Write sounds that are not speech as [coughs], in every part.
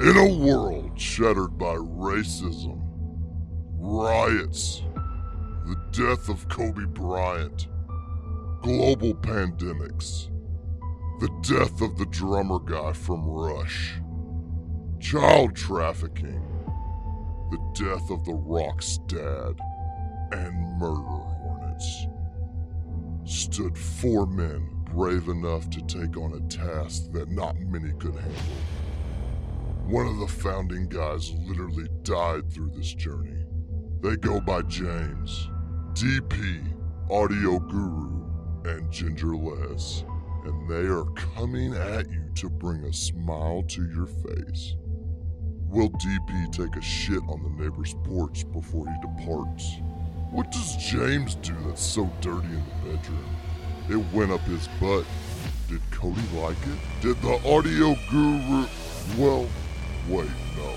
In a world shattered by racism, riots, the death of Kobe Bryant, global pandemics, the death of the drummer guy from Rush, child trafficking, the death of The Rock's dad, and murder hornets, stood four men brave enough to take on a task that not many could handle. One of the founding guys literally died through this journey. They go by James, DP, Audio Guru, and Ginger Les, and they are coming at you to bring a smile to your face. Will DP take a shit on the neighbor's porch before he departs? What does James do that's so dirty in the bedroom? It went up his butt. Did Cody like it? Did the audio guru. Well, wait, no.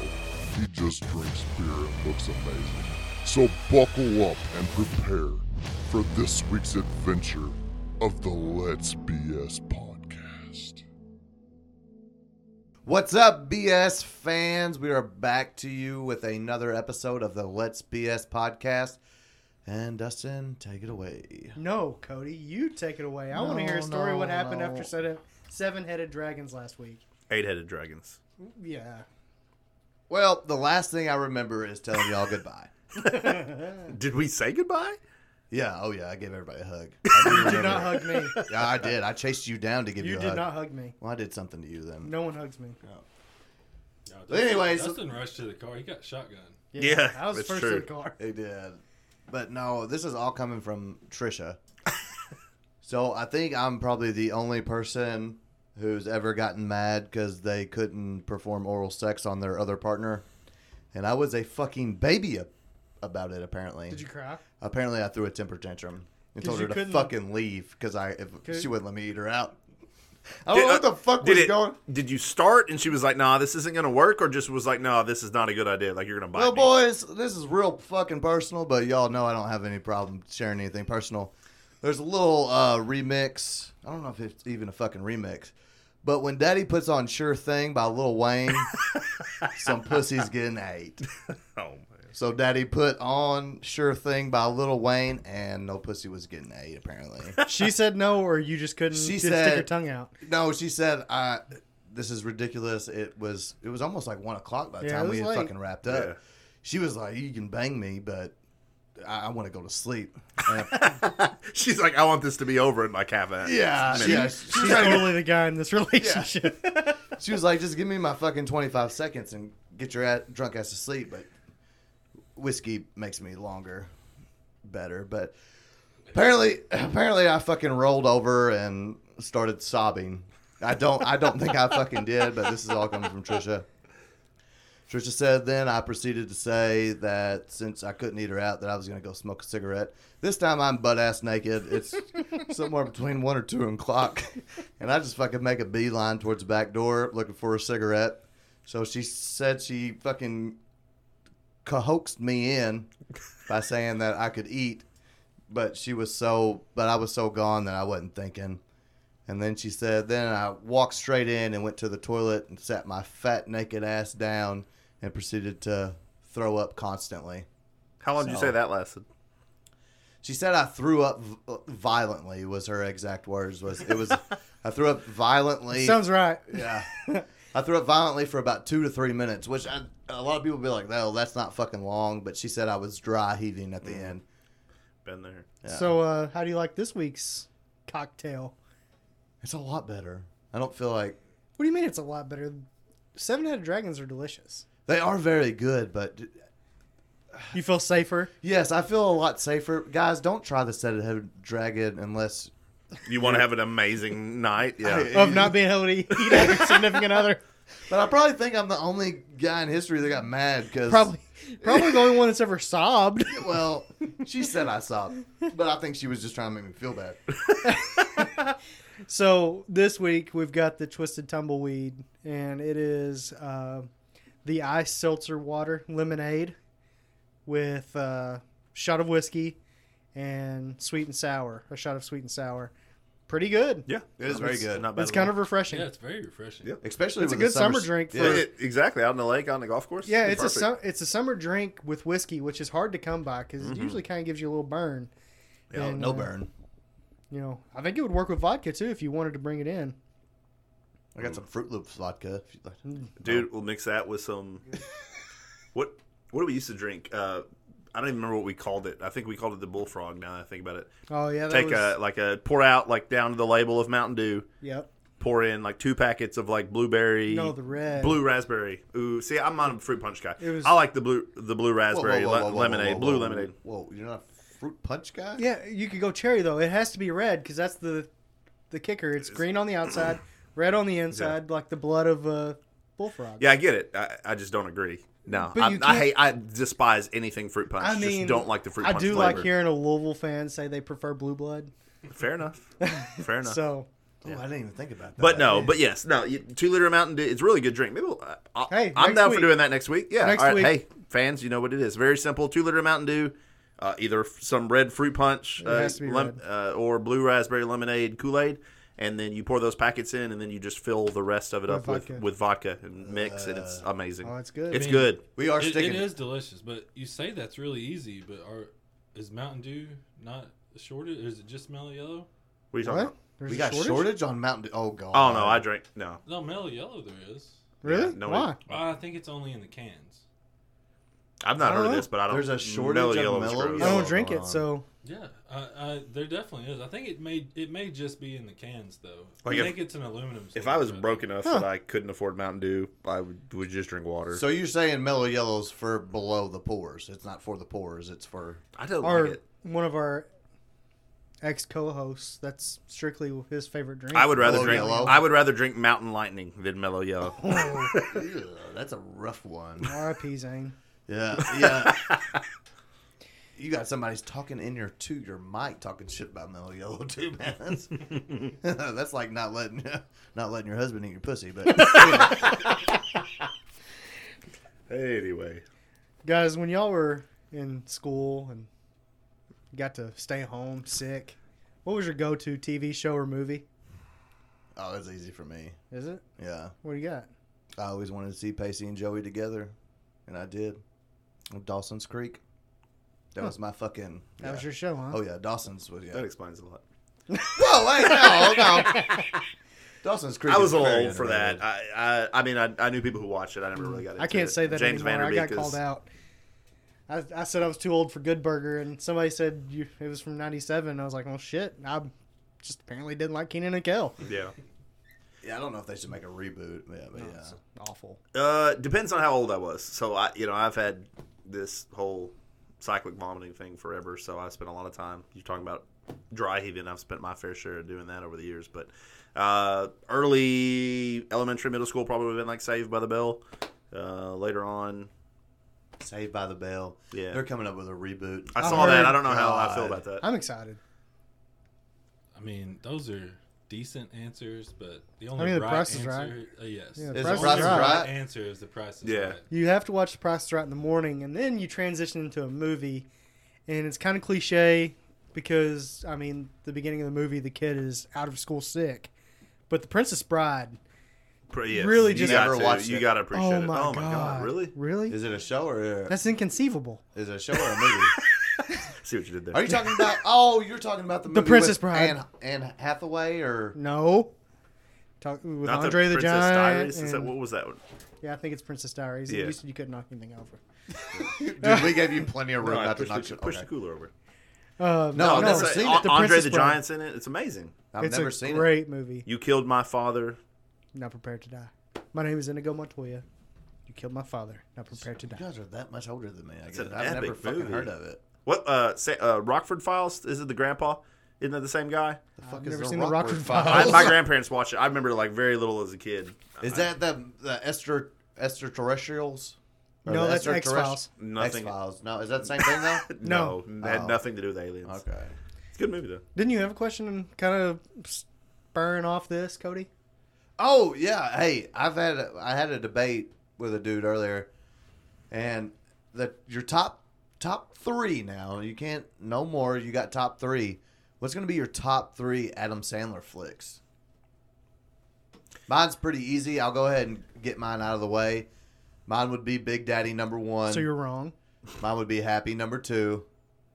He just drinks beer and looks amazing. So buckle up and prepare for this week's adventure of the Let's BS podcast. What's up, BS fans? We are back to you with another episode of the Let's BS podcast. And Dustin, take it away. No, Cody, you take it away. I want to hear No, a story no, of what happened no. after set of seven headed dragons last week. Eight headed dragons. Yeah. Well, the last thing I remember is telling [laughs] y'all goodbye. Did we say goodbye? Yeah, oh yeah, I gave everybody a hug. I do You did not remember. hug me. [laughs] Yeah, I did. I chased you down to give you, You a did hug. not hug me. Well, I did something to you then. No one hugs me. No, But anyways- Dustin rushed to the car. He got shotgun. Yeah, I was that's first true. in the car. They did. But no, this is all coming from [laughs] Trisha. so I think I'm probably the only person who's ever gotten mad because they couldn't perform oral sex on their other partner. And I was a fucking baby ab- about it, apparently. Did you cry? apparently, I threw a temper tantrum and 'Cause told you her to couldn't- fucking leave because I if Could- she wouldn't let me eat her out. I don't know what the fuck did was it, going Did you start and she was like, nah, this isn't going to work? Or just was like, nah, this is not a good idea. Like, you're going to bite Well, me. boys, this is real fucking personal, but y'all know I don't have any problem sharing anything personal. There's a little uh, remix. I don't know if it's even a fucking remix, but when Daddy puts on "Sure Thing" by Lil Wayne, some pussy's getting ate. Oh, man. So Daddy put on "Sure Thing" by Lil Wayne, and no pussy was getting ate. Apparently, She said no, or you just couldn't She just stick said- your tongue out. no. She said, "I." This is ridiculous. It was it was almost like one o'clock by the Yeah, it time was we had late. fucking wrapped up. Yeah. She was like, "You can bang me, but I, I want to go to sleep." She's like, I want this to be over in like half an Yeah, minute. yeah. She's She, totally the guy in this [laughs] relationship. [laughs] she was like, "Just give me my fucking twenty five seconds and get your ass, drunk ass to sleep." But whiskey makes me longer, better. But apparently, apparently, I fucking rolled over and started sobbing. I don't, I don't think I fucking did, but this is all coming from Trisha. Trisha said then I proceeded to say that since I couldn't eat her out, that I was going to go smoke a cigarette. This time I'm butt ass naked. It's somewhere between one or two o'clock. And I just fucking make a beeline towards the back door looking for a cigarette. So she said she fucking coaxed me in by saying that I could eat. But she was so, but I was so gone that I wasn't thinking. And then she said, then I walked straight in and went to the toilet and sat my fat naked ass down and proceeded to throw up constantly. How long did you So- say that lasted? She said I threw up v- uh, violently was her exact words was it was I threw up violently. Sounds right. [laughs] yeah. I threw up violently for about 2 to 3 minutes, which I, a lot of people be like, "No, that's not fucking long," but she said I was dry heaving at the end. Been there. So, uh, how do you like this week's cocktail? It's a lot better. I don't feel like What do you mean it's a lot better? Seven headed dragons are delicious. they are very good, but You feel safer? Yes, I feel a lot safer. Guys, don't try the set headed dragon unless [laughs] You want to have an amazing night? Yeah. Of not being able to eat a significant other? But I probably think I'm the only guy in history that got mad because [laughs] Probably, probably the only one that's ever sobbed. Well, she said I sobbed, but I think she was just trying to make me feel bad. [laughs] So this week we've got the twisted tumbleweed, and it is uh, the ice seltzer water lemonade with uh, shot of whiskey and sweet and sour, a shot of sweet and sour. pretty good. Yeah, It is very good. Not bad. It's at kind all. of refreshing. Yeah, it's very refreshing. Yep. Especially It's a with the good summer s- drink Yeah. for- Yeah, it- exactly out in the lake, on the golf course. Yeah, it's a Perfect. sum, it's a summer drink with whiskey, which is hard to come by because it usually kind of gives you a little burn. Yeah, And, Oh, no uh, burn. You know, I think it would work with vodka too if you wanted to bring it in. I got some Fruit Loops vodka. If you'd like. Mm. dude. We'll mix that with some. what What do we used to drink? Uh, I don't even remember what we called it. I think we called it the bullfrog. Now that I think about it, Oh yeah, that take was, a like a pour out like down to the label of Mountain Dew. yep. Pour in like two packets of like blueberry. No, the red. Blue raspberry. Ooh, see, I'm not a fruit punch guy. It was- I like the blue, the blue Whoa, whoa, raspberry whoa, le- whoa, whoa, lemonade, whoa, blue whoa. lemonade. Whoa, you're not a fruit punch guy? Yeah, you could go cherry though. It has to be red because that's the the kicker. It's green on the outside, [clears throat] red on the inside, like the blood of a bullfrog. Yeah, I get it. I, I just don't agree. No, But I, you I can't- hate. I despise anything fruit punch. I just don't like the fruit. I punch do flavor. like hearing a Louisville fan say they prefer blue blood. Fair [laughs] enough. Fair enough. So Oh, I didn't even think about that. But no, but yes, no. you- Two liter of Mountain Dew. It's a really good drink. Maybe we'll, I- I'll, Hey, I'm next down for week. doing that next week. Yeah. Next All right. week. Hey, fans, you know what it is. Very simple. Two liter of Mountain Dew, uh, either f- some red fruit punch, uh, has to be red. uh, or blue raspberry lemonade Kool Aid, and then you pour those packets in, and then you just fill the rest of it up vodka. with with vodka and mix, and it's amazing. oh, it's good. It's Man. good. we are It, it sticking. is delicious, but you say that's really easy. But are is Mountain Dew not shorted? Or is it just Mellow Yellow? What are you talking what? about? There's We a got shortage? shortage? on Mountain Dew. Oh, God. Oh no, I drank no. No, Mellow Yellow there is. Really? Yeah, no, we- Why? I think it's only in the cans. I've not I heard don't of know. this, but I don't. There's a shortage of was Mellow gross. I Yellow. don't drink on. it, so Yeah, I, I, there definitely is. I think it may it may just be in the cans though. Like I if- think it's an aluminum. If I was sleeve, but- broke enough Huh. that I couldn't afford Mountain Dew, I would, would just drink water. So you're saying mellow yellow's for below the pores. It's not for the pores. It's [laughs] for. I don't our like it. one of our ex co-hosts. That's strictly his favorite drink. I would rather Mellow drink. Yellow? I would rather drink Mountain Lightning than [laughs] Mellow Yellow. Ew, that's a rough one. R.I.P. Zane. Yeah, yeah. [laughs] you got somebody's talking in your to your mic, talking shit about mellow yellow too, man. That's, that's [laughs] like not letting not letting your husband eat your pussy. [laughs] But anyway, Guys, when y'all were in school and got to stay home sick, what was your go-to TV show or movie? oh, that's easy for me. Is it? Yeah, What do you got? I always wanted to see Pacey and Joey together, and I did. Dawson's Creek. That was my fucking. That was yeah. your show, huh? Oh yeah, Dawson's was yeah. that explains a lot. Whoa, hey, no, no. Dawson's Creek. I is was a little very old for underrated. that. I, I, I mean, I, I knew people who watched it. I never really got. Into I can't it. say that James anymore. I Vanderbeek got is- called out. I, I said I was too old for Good Burger, and somebody said you, it was from '97. I was like, "Well, shit!" I just apparently didn't like Keenan and Kel. Yeah. Yeah, I don't know if they should make a reboot. Yeah, but yeah. It's awful. Uh, depends on how old I was. So I, you know, I've had this whole cyclic vomiting thing forever. So I spent a lot of time. You're talking about dry heaving. I've spent my fair share of doing that over the years. But uh, early elementary, middle school probably would have been like Saved by the Bell. Uh, later on, Saved by the Bell. Yeah. they're coming up with a reboot. I I saw that. heard- I don't know how I feel God. about that. I'm excited. I mean, those are decent answers, but the only mean, the right price is answer, right. Uh, yes, Yeah, the the price only is right. right. answer is the price is Yeah. right. You have to watch The Price is Right in the morning, and then you transition into a movie, and it's kind of cliche because I mean, the beginning of the movie, the kid is out of school sick, but The Princess Bride. Pr- yes, really you just- got Never to- watched You it. got to appreciate oh it. my, oh my god. god. Really? Really? Is it a show or a, That's inconceivable. is it a show or a movie? See what you did there. Are you talking about? Oh, you're talking about the movie Princess with Bride. Anne, Anne Hathaway or No. Talk with Not Andre the, Princess Giant. Diaries? Is that- and- what was that one? yeah, I think it's Princess Diaries. Yeah. You said you couldn't knock anything over. Dude, we gave you plenty of room I not to pushed knock the- shit. pushed okay. the cooler over. Uh, No, I've that's never a- seen An- it. The Andre Princess the Bride. Giant's in it. It's amazing. I've it's never a seen it. great movie. You killed my father. Not prepared to die. My name is Inigo Montoya. You killed my father. Not prepared to You die. guys are that much older than me. I guess. an I've never epic fucking movie. heard of it. What? Uh, say, uh, Rockford Files? Is it the grandpa? Isn't that the same guy? The fuck I've is never the seen the Rockford Rockford I, Files. [laughs] Files? my grandparents watched it. I remember like very little as a kid. Is that the the extra extraterrestrials? Or No, the that's extraterrestri- X-Files. Nothing. X-Files. No, is that the same thing though? No, had Oh. nothing to do with aliens. okay. It's a good movie though. Didn't you have a question and kind of spurring off this, Cody? Oh yeah. Hey, I've had a, I had a debate with a dude earlier, and that your top top three now. You can't no more. You got top three What's going to be your top three Adam Sandler flicks? Mine's pretty easy. I'll go ahead and get mine out of the way. Mine would be Big Daddy number one. So you're wrong. Mine would be Happy number two,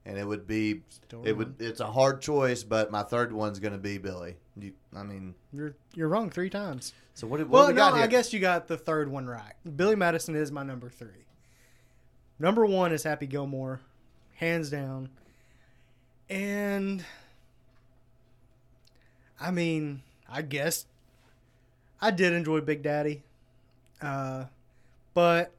and it would be Still it would. It's a hard choice, but my third one's going to be Billy. You, I mean, You're you're wrong three times. so what? did- what Well, do we no, got here? I guess you got the third one right. Billy Madison is my number three. Number one is Happy Gilmore, hands down. And I mean, I guess I did enjoy Big Daddy, uh, but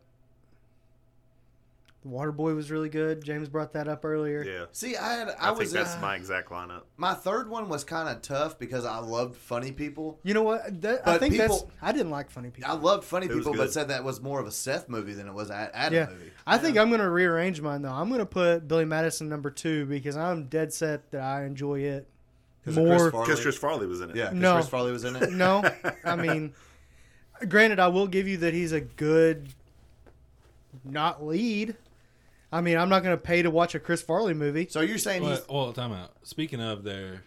The Waterboy was really good. James brought that up earlier. Yeah, See, I had I, I, think was that's uh, my exact lineup. my third one was kind of tough because I loved funny people. You know what? That, I But think people- that's. I didn't like funny people. I loved funny It was people, good. but said that was more of a Seth movie than it was an Adam Yeah. movie. I think I'm going to rearrange mine though. I'm going to put Billy Madison number two because I'm dead set that I enjoy it 'Cause of Chris more. Farley. Because Chris Farley was in it. Yeah, 'cause No. Chris Farley was in it. [laughs] no, [laughs] I mean, granted, I will give you that he's a good, not lead. I mean, I'm not going to pay to watch a Chris Farley movie. So you're saying he's But, well, time out. Speaking of there,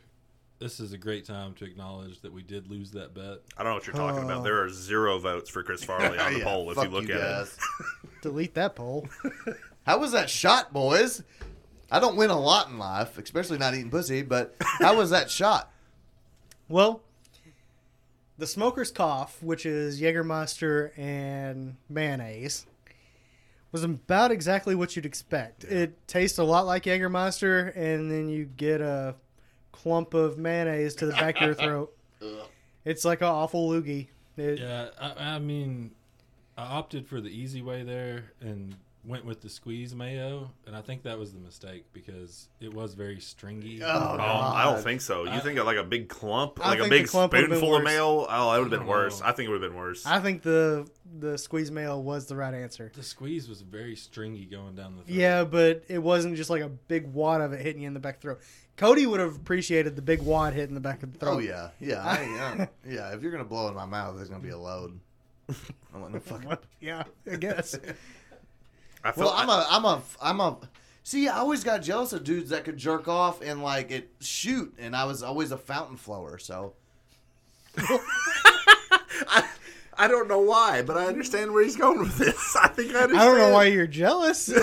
this is a great time to acknowledge that we did lose that bet. I don't know what you're talking about. There are zero votes for Chris [laughs] Farley on the Yeah, poll if fuck you look at it. guys. Delete that poll. How was that shot, boys? I don't win a lot in life, especially not eating pussy. But how was that shot? Well, the smoker's cough, which is Jägermeister and mayonnaise, was about exactly what you'd expect. It tastes a lot like Jägermeister, and then you get a clump of mayonnaise to the back [laughs] of your throat. It's like an awful loogie. It- Yeah, I, I mean, I opted for the easy way there and went with the squeeze mayo, and I think that was the mistake because it was very stringy. Oh, Oh, God. I don't think so. You I- think of like a big clump, I like a think the big clump would've been spoonful of worse. mayo? Oh, that would have been Oh. worse. I think it would have been worse. I think the the squeeze mayo was the right answer. The squeeze was very stringy going down the throat. Yeah, but it wasn't just like a big wad of it hitting you in the back of the throat. Cody would have appreciated the big wad hitting the back of the throat. Oh yeah, yeah, I, yeah, [laughs] yeah. If you're gonna blow in my mouth, there's gonna be a load. I want [laughs] no fucking. [laughs] yeah, [laughs] I guess. I feel Well, I'm a, I'm a, I'm a. See, I always got jealous of dudes that could jerk off and like it shoot, and I was always a fountain flower. So I, I don't know why, but I understand where he's going with this. [laughs] I think I I understand. don't know [laughs] why you're jealous. And,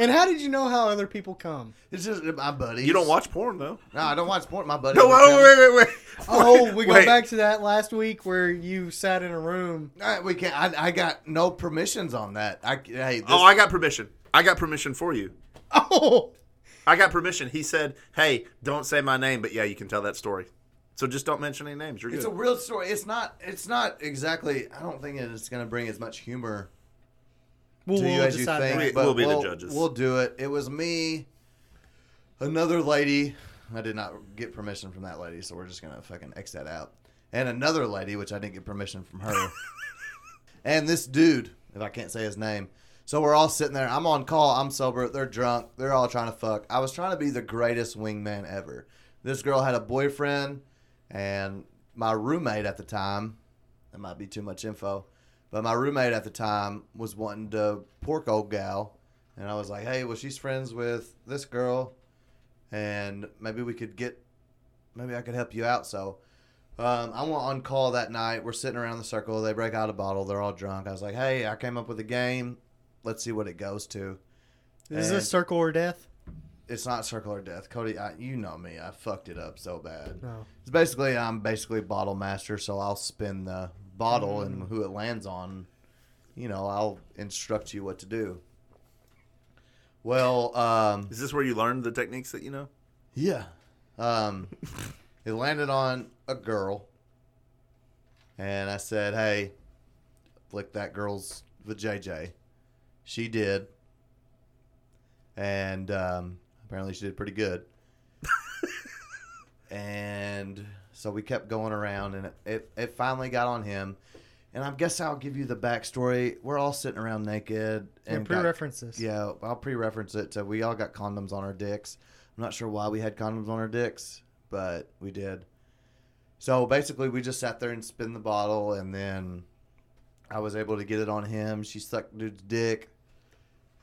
and how did you know how other people come? it's just my buddies. You don't watch porn, though. No, I don't watch porn. My buddies. No, would tell me- wait, [laughs] wait, wait. [laughs] Oh, we go Wait. back to that last week where you sat in a room. Uh, we can't. I, I got no permissions on that. I hey. This, Oh, I got permission. I got permission for you. [laughs] Oh, I got permission. He said, "Hey, don't say my name, but yeah, you can tell that story. So just don't mention any names. You're it's good." a real story. It's not. It's not exactly. I don't think it's going to bring as much humor we'll, to you we'll as you decide think. We- that. but we'll be the judges. We'll do it. It was me, another lady. I did not get permission from that lady, so we're just gonna fucking x that out. And another lady, which I didn't get permission from [laughs] her. and this dude, if I can't say his name. So we're all sitting there. I'm on call. I'm sober. They're drunk. They're all trying to fuck. I was trying to be the greatest wingman ever. This girl had a boyfriend, and my roommate at the time. That might be too much info. But my roommate at the time was wanting to pork old gal, and I was like, "Hey, well, she's friends with this girl, and maybe we could get, maybe I could help you out." So, um, I went on call that night. We're sitting around the circle. They break out a bottle. They're all drunk. I was like, "Hey, I came up with a game. Let's see what it goes to." Is this circle or death? It's not circle or death, Cody. I, you know me. I fucked it up so bad. No. It's basically I'm basically bottle master, so I'll spin the bottle and who it lands on, you know, I'll instruct you what to do. Well, um, Is this where you learned the techniques that you know? yeah, um, [laughs] it landed on a girl, and I said, "Hey, flick that girl's the JJ." She did, and um, apparently she did pretty good. and so we kept going around, and it, it, it finally got on him. And I guess I'll give you the backstory. We're all sitting around naked. Yeah, And got- pre-reference this. yeah, I'll pre-reference it. So we all got condoms on our dicks. I'm not sure why we had condoms on our dicks, but we did. So basically, we just sat there and spin the bottle, and then I was able to get it on him. She sucked dude's dick,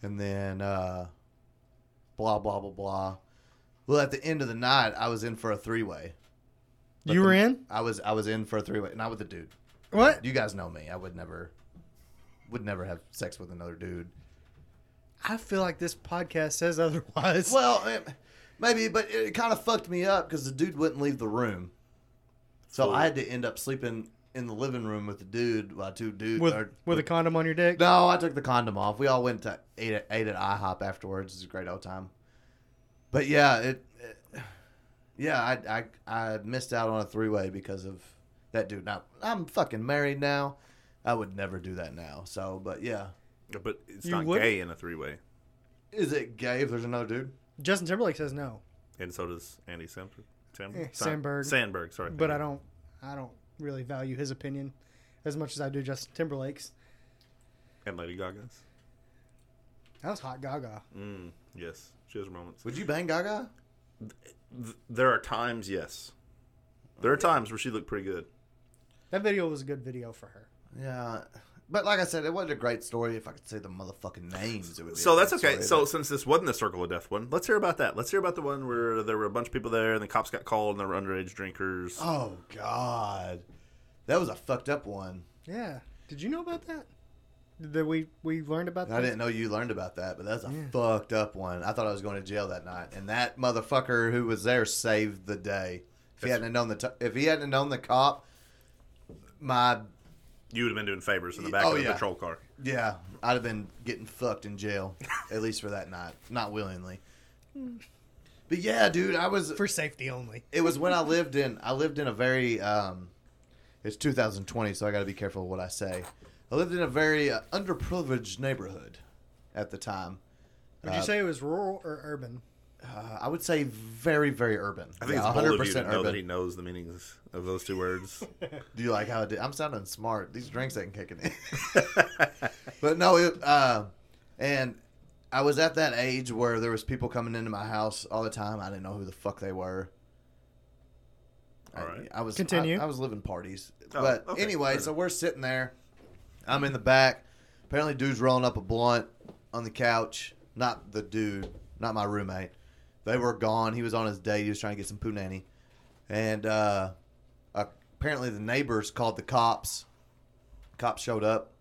and then uh, blah blah blah blah. Well, at the end of the night, I was in for a three way. You were in? I was I was in for a three way, not with the dude. What? You guys know me. I would never, would never have sex with another dude. I feel like this podcast says otherwise. Well, eh, maybe, but it kind of fucked me up because the dude wouldn't leave the room, so Cool. I had to end up sleeping in the living room with the dude while two dudes. [laughs] with or- with a condom on your dick? no, I took the condom off. We all went to ate at, ate at IHOP afterwards. It was a great old time. But yeah, it, it- yeah, I, I I missed out on a three way because of that dude. Now I'm fucking married now. I would never do that now. So, but yeah, But it's You not would? gay in a three way, is it gay if there's another dude? Justin Timberlake says no, and so does Andy Samberg. Sam- Eh, Sa- Sandberg. Sandberg, sorry. but I don't I don't really value his opinion as much as I do Justin Timberlake's. And Lady Gaga's. That was hot gaga. Mm, yes, she has her moments. Would you bang Gaga? Th- There are times, yes. There are times where she looked pretty good. That video was a good video for her. Yeah, but like I said, it wasn't a great story. If I could say the motherfucking names, it would. Be So a that's great okay. So story, since this wasn't the Circle of Death one, let's hear about that. Let's hear about the one where there were a bunch of people there, and the cops got called, and there were underage drinkers. but- oh god, that was a fucked up one. Yeah. Did you know about that? That we we learned about that. I didn't know you learned about that, but that's a fucked up one. I thought I was going to jail that night, and that motherfucker who was there saved the day. If he hadn't have known the t- if he hadn't have known the cop, my You would have been doing favors in the back Oh, of the yeah. patrol car. yeah, I'd have been getting fucked in jail at least for that night, not willingly. But yeah, dude, I was for safety only. it was when I lived in I lived in a very um, it's 2020, so I got to be careful what I say. I lived in a very uh, underprivileged neighborhood at the time. Would you say it was rural or urban? Uh, I would say very very urban. I think Yeah, it's bold of you to know that he knows the meanings of those two words. Do you like how I did? I'm sounding smart. These drinks ain't kicking [laughs] in. but no, it, uh, and I was at that age where there was people coming into my house all the time. I didn't know who the fuck they were. I- Alright. I, was Continue. I, I was living parties, Oh, but okay, fair anyway, enough. so we're sitting there. I'm in the back. Apparently, dude's rolling up a blunt on the couch. Not the dude, not my roommate. They were gone. He was on his day. He was trying to get some punani, and uh, apparently the neighbors called the cops. Cops showed up,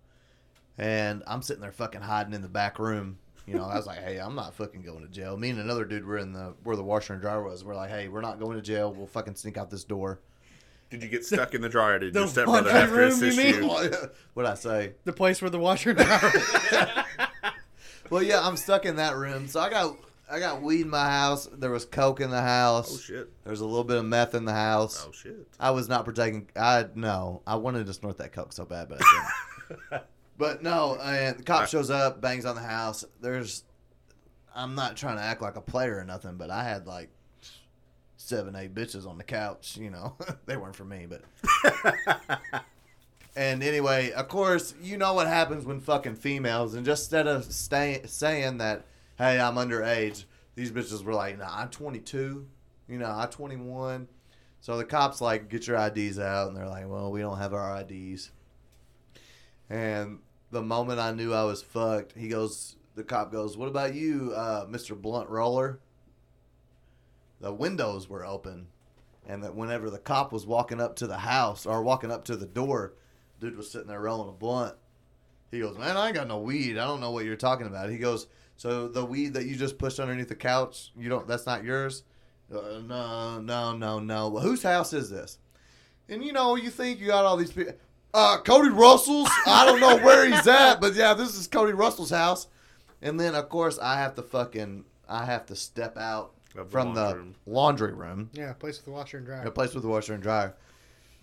and I'm sitting there fucking hiding in the back room. You know, I was like, [laughs] "Hey, I'm not fucking going to jail." Me and another dude were in the where the washer and dryer was. We're like, "Hey, we're not going to jail. We'll fucking sneak out this [coughs] door." Did you get stuck in the dryer? Did The your laundry stepbrother have to room, assist you mean? you? What'd I say? The place where the washer and dryer. Well, yeah, I'm stuck in that room, so I got I got weed in my house. There was coke in the house. Oh shit! There was a little bit of meth in the house. Oh shit! I was not protecting. I no. I wanted to snort that coke so bad, but I didn't. but no. And the cop shows up, bangs on the house. There's. I'm not trying to act like a player or nothing, but I had like seven, eight bitches on the couch. You know, [laughs] they weren't for me, but. and anyway, of course, you know what happens when fucking females, and just instead of stay, saying that, hey, I'm underage, these bitches were like, nah, I'm 22. You know, I'm 21. So the cops like get your IDs out, and they're like, "Well, we don't have our IDs." And the moment I knew I was fucked, he goes, the cop goes, "What about you, uh, Mr. Blunt Roller?" The windows were open, and that whenever the cop was walking up to the house or walking up to the door, dude was sitting there rolling a blunt. He goes, "Man, I ain't got no weed. I don't know what you're talking about." He goes, "So the weed that you just pushed underneath the couch, you don't? That's not yours." Uh, no, no, no, no. Well, whose house is this? And you know, you think you got all these people. Uh, Cody Russell's. I don't know where [laughs] he's at, but yeah, this is Cody Russell's house. And then, of course, I have to fucking, I have to step out Of the from the laundry room. laundry room, [laughs] yeah, place with the washer and dryer. a place with the washer and dryer.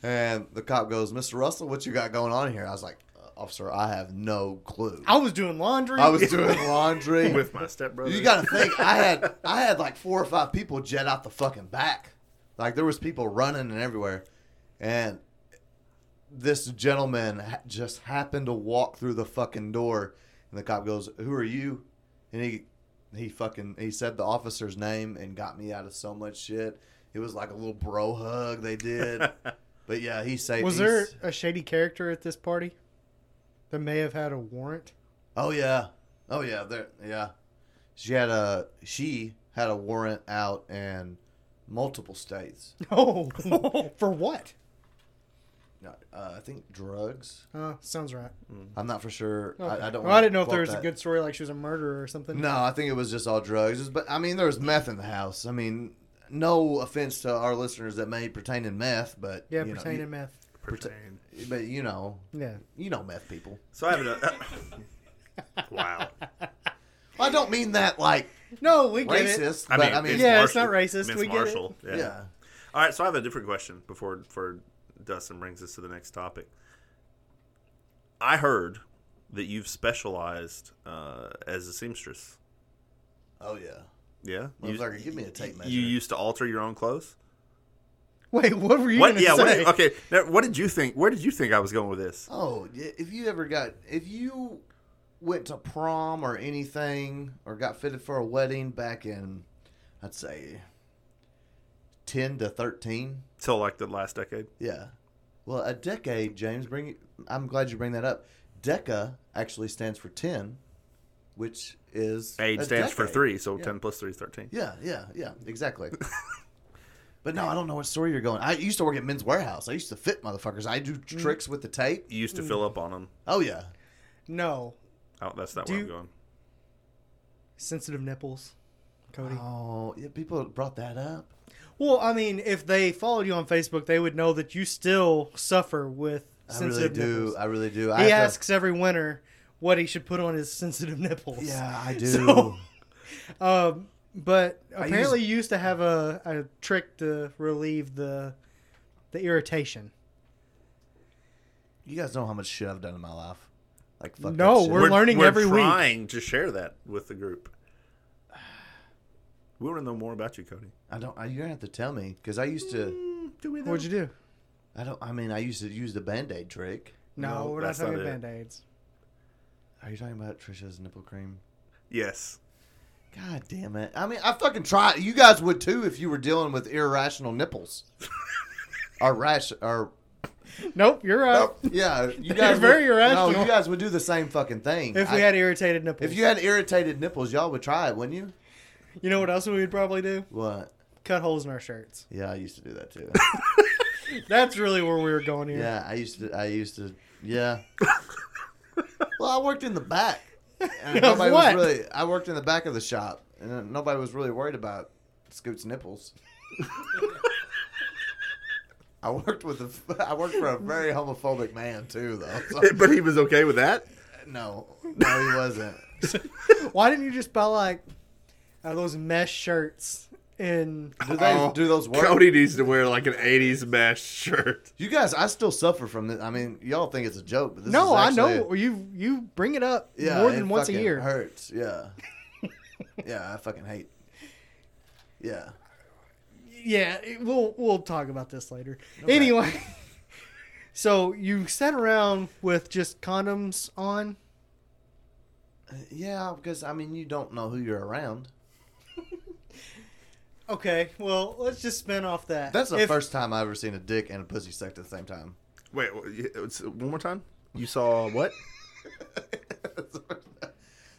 And the cop goes, "Mr. Russell, what you got going on here?" I was like, "Uh, "Officer, I have no clue. I was doing laundry. I was doing laundry With my stepbrother, you got to think. I had I had like four or five people jet out the fucking back. Like there was people running and everywhere, and this gentleman ha- just happened to walk through the fucking door, and the cop goes, "Who are you?" And he he fucking he said the officer's name and got me out of so much shit. It was like a little bro hug they did. but yeah, he saved. [laughs] was he's- there a shady character at this party that may have had a [laughs] warrant? Oh yeah. Oh yeah. There. Yeah. She had a she had a warrant out in multiple [laughs] states. Oh, [laughs] for what? Uh, I think drugs. Uh, sounds right. I'm not for sure. Okay. I, I don't. well, I wanna didn't know if quote there was a that. good story like she was a murderer or something. No, I think it was just all drugs. It's- But I mean, there was meth in the house. I mean, no offense to our listeners that may pertain to meth, but Yeah, you know, pertaining you- meth. Pertain. But you know, Yeah. you know, meth people. So I have another. [laughs] wow. I don't mean that like No, we get it. racist, but I mean, Yeah. yeah, it's not racist. Miss We get it. Marshall. Yeah. yeah. All right. So I have a different question before for Dustin brings us to the next topic. I heard that you've specialized uh, as a seamstress. Oh yeah. Yeah. You- Motherfucker, give me a tape measure. You used to alter your own clothes. Wait, what were you What? gonna Yeah. What, say? did- okay. Now, what did you think? Where did you think I was going with this? Oh, yeah, if you ever got if you went to prom or anything or got fitted for a wedding back in, I'd say ten to thirteen. Till like the last decade. Yeah. Well, a decade, James. Bring. I'm glad you bring that up. Deca actually stands for ten, which is Age a stands for decade. three, so ten plus three is thirteen. Yeah, yeah, yeah. [laughs] Exactly. but no, I don't know what story you're going. I used to work at Men's Warehouse. I used to fit motherfuckers. I do tricks with the tape. You used to fill up on them. Oh yeah. No, Oh, that's not Do where you- I'm going. sensitive nipples, Cody. Oh, yeah. People brought that up. Well, I mean, if they followed you on Facebook, they would know that you still suffer with I really sensitive do. nipples. I really do. I He have to- asks every winter what he should put on his sensitive nipples. yeah, I do. [laughs] So- Um, but use- apparently, you used to have a, a trick to relieve the the irritation. you guys know how much shit I've done in my life. Like fuck. No, that shit. We're learning every week. trying to share that with the group. We want to know more about you, Cody. I don't. I, you're gonna have to tell me because I used to. Do we? What'd you do? I don't. I mean, I used to use the band aid trick. No, No, we're not that's not talking it. band aids. Are you talking about Trisha's nipple cream? Yes. God damn it! I mean, I fucking tried. You guys would too if you were dealing with irrational [laughs] nipples. or rash. Or Nope, you're right. yeah, you [laughs] They're guys. very would, irrational. No, you guys would do the same fucking thing. If we I- had irritated nipples, if you had irritated nipples, y'all would try it, wouldn't you? you know what else we would probably do? What? Cut holes in our shirts. Yeah, I used to do that [laughs] too. That's really where we were going here. Yeah, I used to. I used to. Yeah. well, I worked in the back. And Of nobody what? was really. I worked in the back of the shop, and uh, nobody was really worried about Scoot's [laughs] nipples. I worked with a. I worked for a very homophobic man too, though. So, Eh, But he was okay with that. [laughs] no, no, he wasn't. Why didn't you just buy like uh, those mesh shirts? And Do they Oh, do those work? Cody needs to wear like an '80s mesh shirt. You guys, I still suffer from this. I mean, y'all think it's a joke, but this no, is I actually- know you you bring it up Yeah, more it than once a fucking year. Hurts. Yeah. [laughs] yeah, I fucking hate. Yeah. Yeah, it- we'll we'll talk about this later. Anyway, [laughs] so you sat around with just condoms on. Yeah, because I mean, you don't know who you're around. Okay, well let's just spin off that. That's the If- first time I ever seen a dick and a pussy sucked at the same time. [laughs] Wait, wh- y- it's- one more time. You saw what?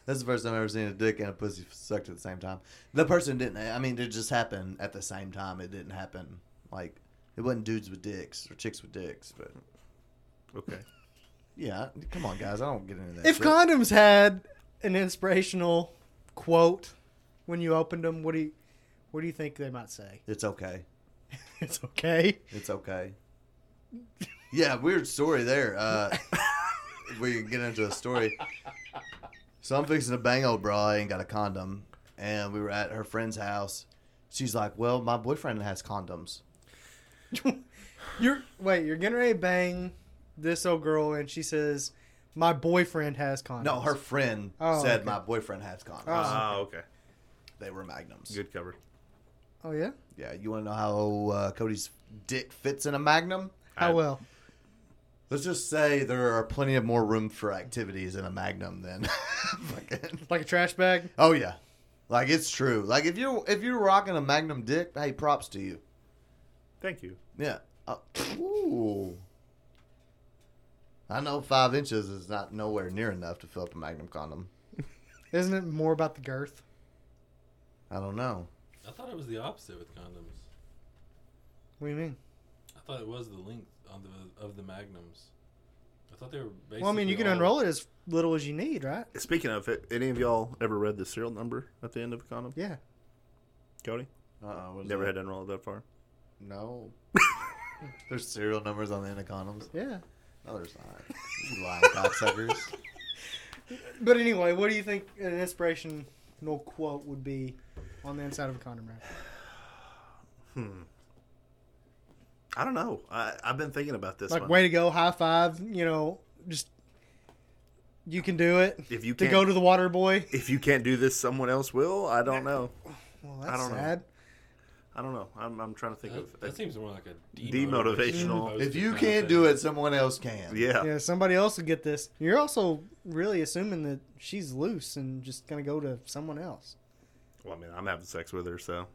That's the first time I ever seen a dick and a pussy sucked at the same time. The person didn't. I mean, it just happened at the same time. It didn't happen like it wasn't dudes with dicks or chicks with dicks. But Okay. yeah, come on, guys, I don't get into that. If shit. condoms had an inspirational quote when you opened them, what do you what do you think they might say? [laughs] it's okay. It's okay. It's okay. Yeah, weird story there. Uh, [laughs] we can get into a story. So I'm fixing a bang old bra. I ain't got a condom. And we were at her friend's house. She's like, Well, my boyfriend has condoms. You're wait, you're getting ready to bang this old girl, and she says, "My boyfriend has condoms." No, her friend Oh, said, okay. My boyfriend has condoms. Oh. Ah, okay. They were magnums. Good cover. Oh yeah. Yeah, you want to know how uh, Cody's dick fits in a magnum? How I- Oh, well? Let's just say there are plenty of more room for activities in a magnum than [laughs] fucking. Like a trash bag. Oh yeah, like it's true. Like if you if you're rocking a Magnum dick, hey, props to you. Thank you. Yeah. Uh, ooh. I know five inches is not nowhere near enough to fill up a Magnum condom. Isn't it more about the girth? I don't know. I thought it was the opposite with condoms. What do you mean? I thought it was the length on the of the magnums. I thought they were basically. Well, I mean, you can all- unroll it as little as you need, right? Speaking of, it, any of y'all ever read the serial number at the end of a condom? Yeah. Cody, Uh oh. never had to unroll it Uh-uh, that far. [laughs] No. There's serial numbers on the end of condoms. Yeah. No, there's not. You [laughs] lying cocksuckers. But anyway, what do you think an inspirational quote would be on the inside of a condom wrap? I don't know. I, I've been thinking about this. Like, one. way to go, high five, you know, just you can do it. If you to can't- go to the water boy. If you can't do this, someone else will. I don't know. Well, that's don't know. sad. I don't know. I'm, I'm trying to think That, of. that seems more like a Demotivational. opposed If to you kind of can't do thing. it, someone else can. yeah. Yeah, somebody else will get this. You're also really assuming that she's loose and just gonna go to someone else. Well, I mean, I'm having sex with her, so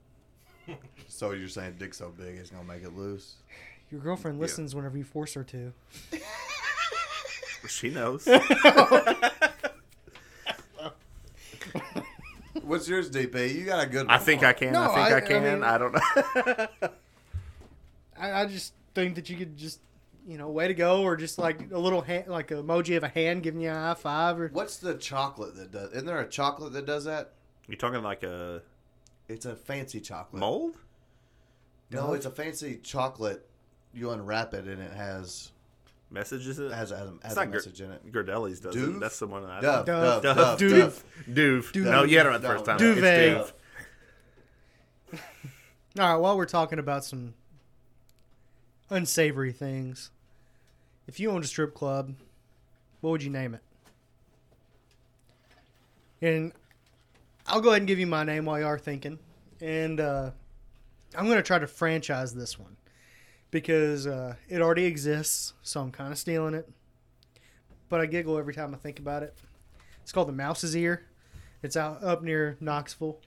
So you're saying dick's so big it's gonna make it loose? Your girlfriend listens whenever you force her to. she knows. What's yours, DP? You got a good. [laughs] I think I can. No, I think I- I, I can. I, mean- don't know. [laughs] I, I just think that you could just, you know, way to go, or just like a little hand, like an emoji of a hand giving you a high five, or What's the chocolate that does? Isn't there a chocolate that does that? you talking like a It's a fancy chocolate. mold? No, it's a fancy chocolate. You unwrap it and it has Messages? it It has, has, has It's a not gr- message in it. Gardelli's does it. Doof? That's the one that I Dove, dove, Dove, Dove, dove, Doof. dove. Doof. No, you had it right the first time. Dove. It's Duvet. Doof. All right, while we're talking about some unsavory things, if you owned a strip club, what would you name it? And I'll go ahead and give you my name while you are thinking. And uh, I'm going to try to franchise this one because uh, it already exists, so I'm kind of stealing it. But I giggle every time I think about it. It's called the Mouse's Ear. It's out up near Knoxville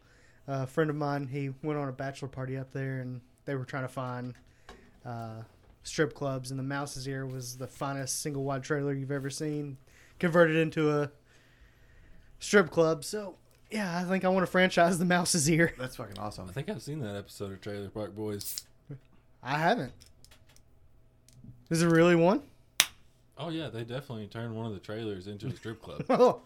a friend of mine he went on a bachelor party up there and they were trying to find uh, strip clubs and the mouse's ear was the finest single wide trailer you've ever seen converted into a strip club so yeah i think i want to franchise the mouse's ear [laughs] That's fucking I awesome. think I've seen that episode of Trailer Park Boys. i haven't is it really one? [laughs] Oh yeah, they definitely turned one of the trailers into a strip [laughs] club. Oh,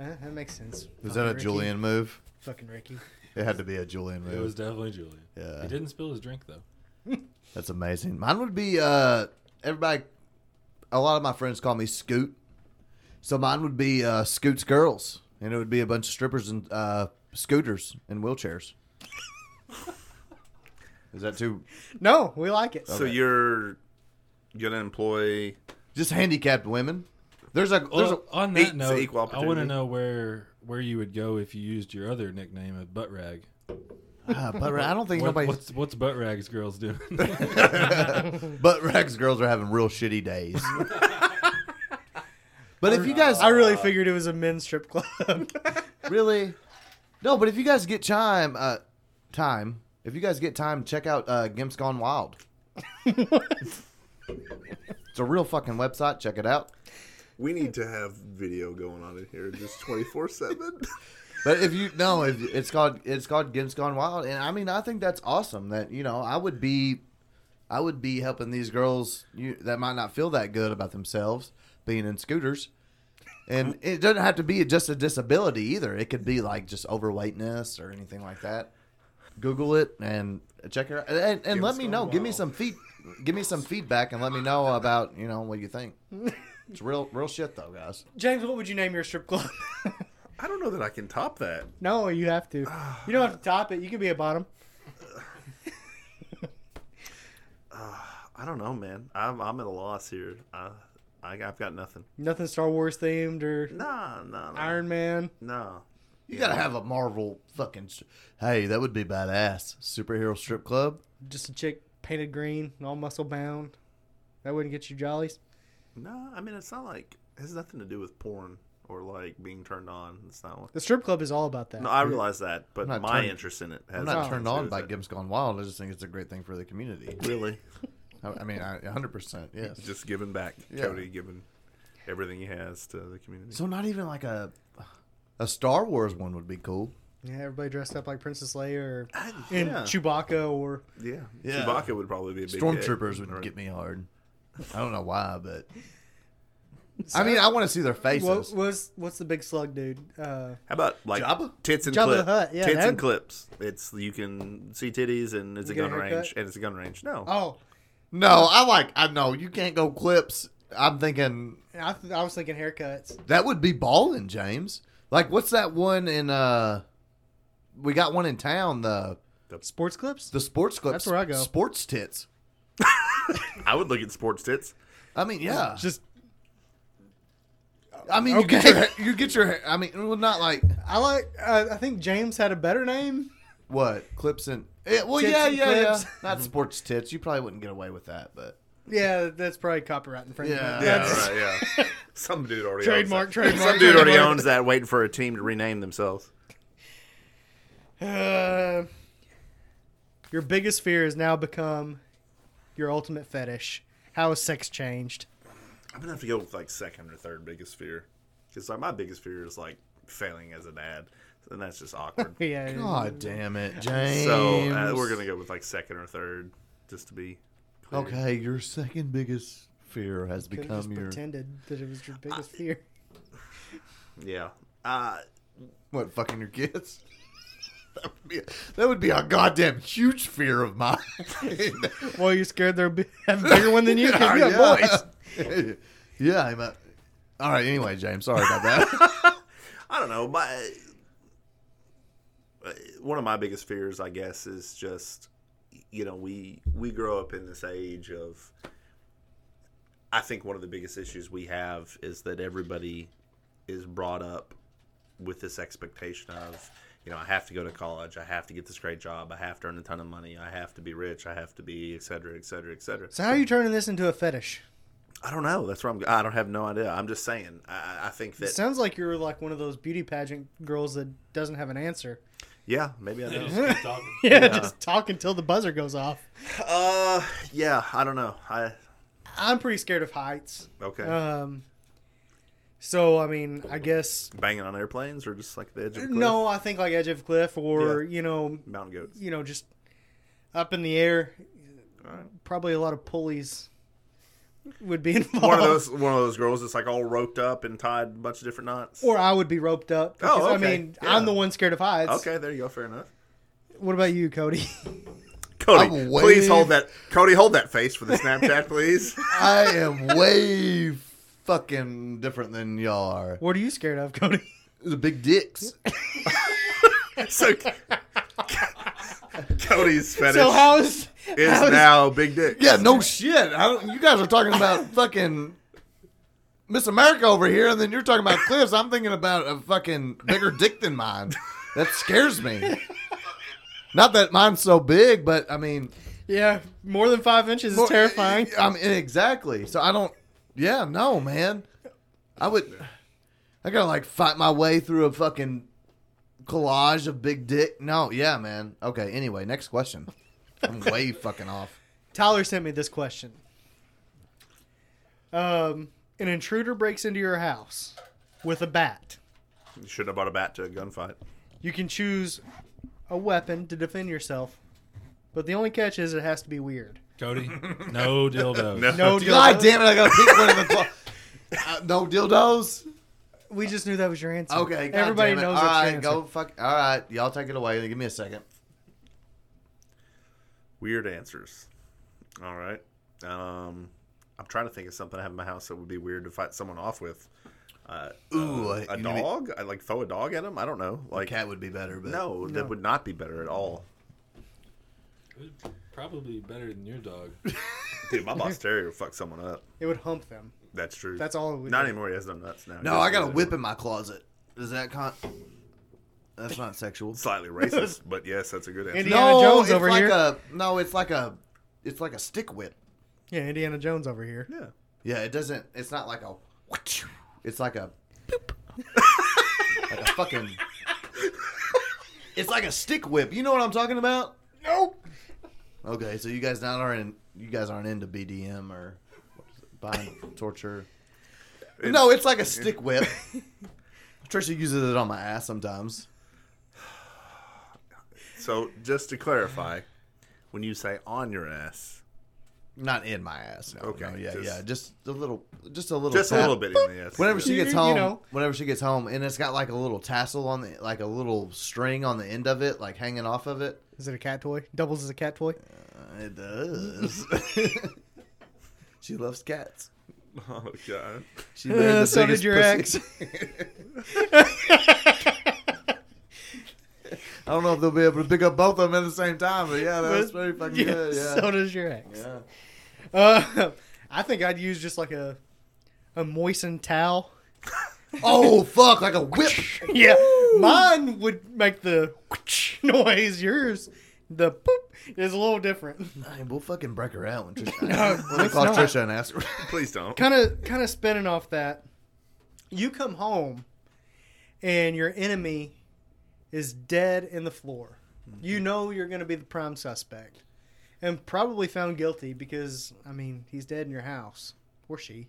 eh, that makes sense Was that a Ricky. Julian move? fucking ricky It had to be a Julian move. it was definitely Julian. Yeah. He didn't spill his drink though. That's amazing. Mine would be uh everybody a lot of my friends call me Scoot. So mine would be uh Scoot's Girls. And it would be a bunch of strippers and uh scooters and [laughs] wheelchairs. Is that too no we like it Oh. So you're gonna employ just handicapped women? There's a there's Well, on it's that an note, equal I want to opportunity. know where where you would go if you used your other nickname of butt rag. a uh, butt rag. I don't think What- nobody [laughs] what's what's butt rags girls doing? butt rags girls are having real shitty days. but if you guys i really figured it was a men's strip club [laughs] Really? No, but if you guys get time, uh, time. If you guys get time, check out uh, Gimp's Gone Wild. It's a real fucking website. Check it out. We need to have video going on in here just 24 7. But if you no, if it's called it's called Gimp's Gone Wild, and I mean I think that's awesome. That you know I would be, I would be helping these girls you, that might not feel that good about themselves being in scooters, and it doesn't have to be just a disability either. It could be like just overweightness or anything like that. Google it and check it out, and, and let me know. Give me some feed, give me some feedback, and let me know about you know what you think. It's real real shit though, guys. james what would you name your strip club [laughs] [laughs] I don't know that I can top that. No, you have to. You don't have to top it. You can be at bottom. I don't know, man. I'm, I'm at a loss here. I, I, I've got nothing. Nothing Star Wars themed or Nah, nah, nah. Iron Man. Nah. You gotta have a Marvel fucking. s- Hey, that would be badass. Superhero strip club. Just a chick painted green, and all muscle bound. That wouldn't get you jollies. Nah, I mean, it's not like, it has nothing to do with porn or like being turned on. It's not what. The strip club is all about that. No, I realize that, but not my turned- interest in it has I'm not nothing turned to do on with by it. Gimp's Gone Wild. I just think it's a great thing for the community. Really? [laughs] I, I mean, I, 100%. Yes. [laughs] Just giving back, Yeah. Cody, giving everything he has to the community. So not even like a a Star Wars one would be cool. Yeah, everybody dressed up like Princess Leia or and Uh, Yeah. Chewbacca or yeah. Yeah. Chewbacca would probably be a big Stormtroopers hit. would get me hard. I don't know why, [laughs] but I mean, I want to see their faces. what was what's the big slug dude? Uh, How about like Jabba? tits and Jabba the clips? Hutt, yeah, tits that'd- and clips. It's you can see titties and it's a Get a gun haircut? range and it's a gun range. No, oh, No, I like. I know you can't go clips. I'm thinking and I, th- I was thinking haircuts. that would be balling, James. Like, what's that one in? uh We got one in town. The Sports clips? the sports clips. That's where I go. Sports tits. I would look at sports tits. I mean, yeah. Just I mean, you get Okay. your, you get your. I mean, well, not like I like. Uh, I think James had a better name. what clips and. eh, well, Tits yeah, and yeah, yeah. clips. Not sports tits. You probably wouldn't get away with that, but Yeah, that's probably copyright infringement. Yeah. Yeah, That's- right, [laughs] yeah. Some dude already Trademark, owns that. trademark, Some dude already trademark. owns that, waiting for a team to rename themselves. Uh, your biggest fear has now become your ultimate fetish. How has sex changed? [laughs] I'm gonna have to go with like second or third biggest fear, because like my biggest fear is like failing as a dad, and that's [laughs] just awkward. Yeah. God damn it, James. so uh, we're gonna go with like second or third, just to be clear. Okay, your second biggest fear has Could have become just your pretended that it was your biggest fear. Yeah. Uh, what? Fucking your kids. [laughs] That would, be a, that would be a goddamn huge fear of [laughs] mine. Well, you're scared they'll be, [laughs] have a bigger [laughs] one than you because you have boys. boys. [laughs] yeah, I'm a, all right. Anyway, James, sorry about that. I don't know. My uh, one of my biggest fears, I guess, is just you know we we grow up in this age of. I think one of the biggest issues we have is that everybody is brought up with this expectation of you know I have to go to college, I have to get this great job, I have to earn a ton of money, I have to be rich, I have to be et cetera, et cetera, et cetera. So how are you turning this into a fetish? I don't know. That's where I'm. I don't have no idea. I'm just saying. I, I- I think It that sounds like you're like one of those beauty pageant girls that doesn't have an answer. [laughs] yeah, maybe I They do. just keep talking. Yeah, just talk until the buzzer goes off. Uh, yeah, I don't know. I I'm pretty scared of heights. okay. Um, so I mean, I guess Banging on airplanes or just like the edge of a cliff? no. I think like edge of a cliff, or you know, mountain goats. you know, just up in the air. All right. Probably a lot of pulleys would be [laughs] involved. One of those, one of those girls that's like all roped up and tied a bunch of different knots. Or I would be roped up. Oh, because, I okay. mean, Yeah. I'm the one scared of heights. okay, there you go. Fair enough. What about you, Cody? [laughs] Cody, I'm please way- hold that. Cody, hold that face for the [laughs] Snapchat, please. [laughs] I am way fucking different than y'all are. what are you scared of, Cody? The big dicks. so, Cody's fetish so how is is how is- now big dick. Yeah, no shit. I don't, you guys are talking [laughs] about fucking Miss America over here, and then you're talking about cliffs. I'm thinking about a fucking bigger dick than mine. That scares [laughs] me. Not that mine's so big, but I mean, Yeah, more than five inches is [laughs] terrifying. I mean, exactly. So I don't. Yeah, no, man. I would. I gotta like fight my way through a fucking collage of big dick. No, yeah, man. Okay. Anyway, next question. [laughs] I'm way fucking off. Tyler sent me this question. Um, an intruder breaks into your house with a bat. You shouldn't have bought a bat to a gunfight. You can choose a weapon to defend yourself, but the only catch is it has to be weird. Cody, no dildo. No. No, dildo. God damn it! I gotta pick one of the. clo- Uh, no dildos. We just knew that was your answer. Okay, God everybody damn it. knows All that's your right, answer. go fuck. All right, y'all take it away. Give me a second. Weird answers. All right. Um, I'm trying to think of something I have in my house that would be weird to fight someone off with. Uh, Ooh, uh, I- a you mean- dog? I like throw a dog at him. I don't know. Like Cat would be better, but no, that would not be better at all. Probably better than your dog. Dude, [laughs] my boss Terry would fuck someone up. It would hump them. That's true. That's all it would Not do. anymore. He has no nuts now. He no, doesn't I got a use it whip anymore. in my closet. Is that con? That's not sexual. [laughs] Slightly racist, but yes, that's a good answer. Indiana Jones it's over like here. A, no, it's like a, it's like a stick whip. Yeah, Indiana Jones over here. Yeah. Yeah, it doesn't. It's not like a. It's like a. like a fucking. It's like a stick whip. You know what I'm talking about? Nope. Okay, so you guys not aren't you guys aren't into BDM or buying torture. no, it's like a stick whip. Trisha uses it on my ass sometimes. So just to clarify, when you say on your ass, Not in my ass. No, Okay, no, yeah, just- yeah. Just a little. Just a little. just a tap. little bit in the ass. Whenever she You- gets you home, know. whenever she gets home, and it's got like a little tassel on the, like a little string on the end of it, like hanging off of it. Is it a cat toy? Doubles as a cat toy? Uh, it does. [laughs] she loves cats. [laughs] Oh god. She Uh, married the so did biggest your pussy. [laughs] I don't know if they'll be able to pick up both of them at the same time, but yeah, that was But- pretty fucking [laughs] yeah, good. Yeah. So does your ex. yeah. Uh, [laughs] I think I'd use just like a a moistened towel. [laughs] Oh fuck! Like a whip. Yeah, mine would make the [laughs] noise. Yours, the poop is a little different. I mean, we'll fucking break her out when Trisha. No, Let me let's call not. Trisha and ask her. Please don't. Kind of, kind of spinning off that. You come home, and your enemy is dead in the floor. You know you're going to be the prime suspect, and probably found guilty because I mean he's dead in your house or she.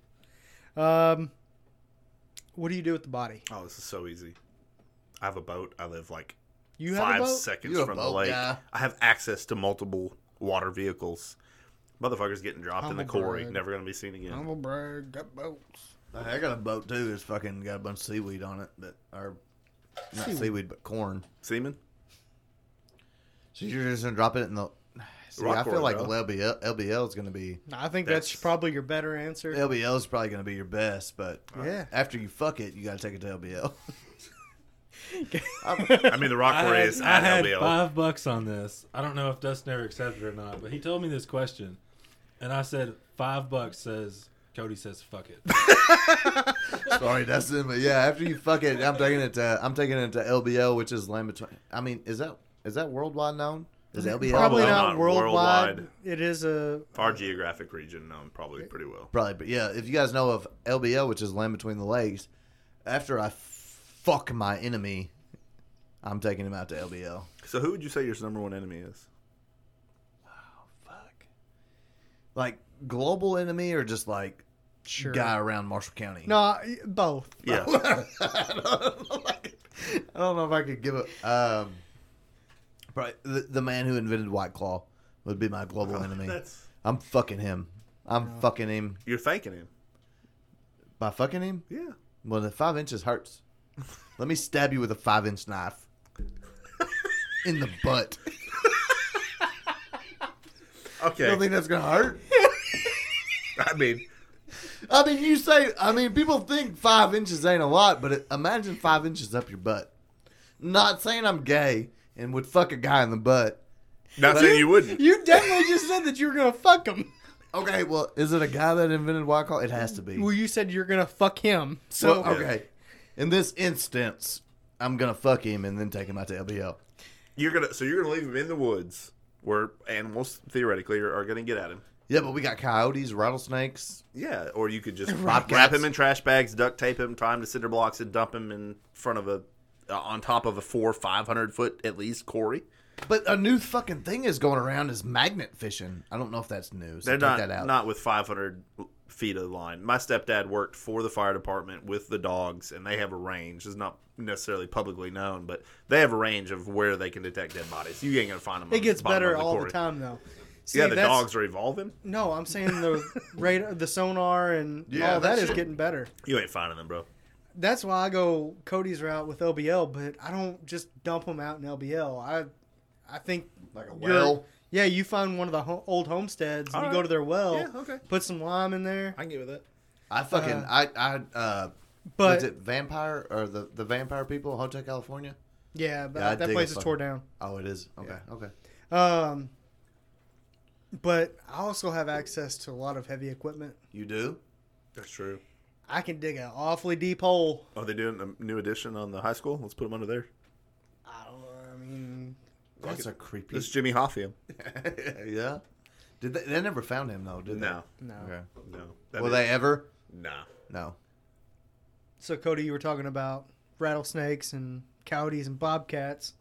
Um, what do you do with the body? Oh, this is so easy. I have a boat. I live like You have a five boat? seconds You're a from the boat lake. guy. I have access to multiple water vehicles. Motherfuckers getting dropped in the Humble quarry, brag. never gonna be seen again. Humble brag, got boats. I got a boat too. It's fucking got a bunch of seaweed on it, but or not Seaweed. seaweed, but corn. Seaman? So you're just gonna drop it in the. See, Rock I feel quarry, like bro. LBL, LBL is gonna be I think that's, That's- probably your better answer. LBL is probably gonna be your best, but Yeah. after you fuck it, you gotta take it to LBL. I [laughs] mean, the rock I quarry had, is I at had LBL. five bucks on this. I don't know if Dustin ever accepted or not, but he told me this question, and I said five bucks says Cody says fuck it. [laughs] Sorry, Dustin, but yeah, after you fuck it, I'm taking it to I'm taking it to LBL, which is land between. I mean, is that is that worldwide known? Is LBL Probably known? Well, not, not worldwide. worldwide. It is a Our geographic region known probably pretty well. Probably, but yeah, if you guys know of LBL, which is Land Between the Legs, after I fuck my enemy, I'm taking him out to LBL. So, who would you say your number one [laughs] enemy is? Fuck. Like global enemy or just like sure. guy around Marshall County? No, I- both. Yeah. I don't [laughs] know if I could- I don't know if I could give it. Um, probably the, the man who invented White Claw would be my global enemy. That's- I'm fucking him. I'm fucking him. You're thanking him. By fucking him? Yeah. Well, the five inches hurts. Let me stab you with a five inch knife in the butt. You Okay. don't think that's gonna hurt? I mean, I mean, you say. I mean, people think five inches ain't a lot, but it, imagine five inches up your butt. Not saying I'm gay and would fuck a guy in the butt. not saying you wouldn't. You definitely just said that you were gonna fuck him. Okay, well, is it a guy that invented white claw? It has to be. Well, you said you're gonna fuck him. So so okay, in this instance, I'm gonna fuck him and then take him out to LBL. You're gonna so you're gonna leave him in the woods where animals theoretically are, are gonna get at him. Yeah, but we got coyotes, rattlesnakes. Yeah, or you could just Right. wrap him in trash bags, duct tape him, tie him to cinder blocks, and dump him in front of a uh, on top of a four five hundred foot at least quarry. But a new fucking thing is going around is magnet fishing. I don't know if that's news. They're take not that out. not with five hundred feet of line. My stepdad worked for the fire department with the dogs, and they have a range. It's not necessarily publicly known, but they have a range of where they can detect dead bodies. You ain't gonna find them. it gets better all the time though. See, yeah, the that's- dogs are evolving. No, I'm saying the radar, the sonar, and Yeah, all that that is shit- getting better. You ain't finding them, bro. That's why I go Cody's route with LBL, but I don't just dump him out in LBL. I, I think like a you're- whale. Yeah, you find one of the ho- old homesteads, and All you right. go to their well, Yeah, okay. put some lime in there. I can get with that. I fucking Uh, I I uh. But was it vampire or the the vampire people Hotel California? yeah, but Yeah, I'd that dig place a is fucking- tore down. Oh, it is. Okay, okay. Um, but I also have access to a lot of heavy equipment. You do? That's true. I can dig an awfully deep hole. Are they doing a new edition on the high school? Let's put them under there. I, don't, I mean, That's a creepy. It's Jimmy Hoffium. [laughs] yeah. Did they? They never found him though, did No, no. they? Okay. no. Will they ever? Nah. No. So Cody, you were talking about rattlesnakes and coyotes and bobcats.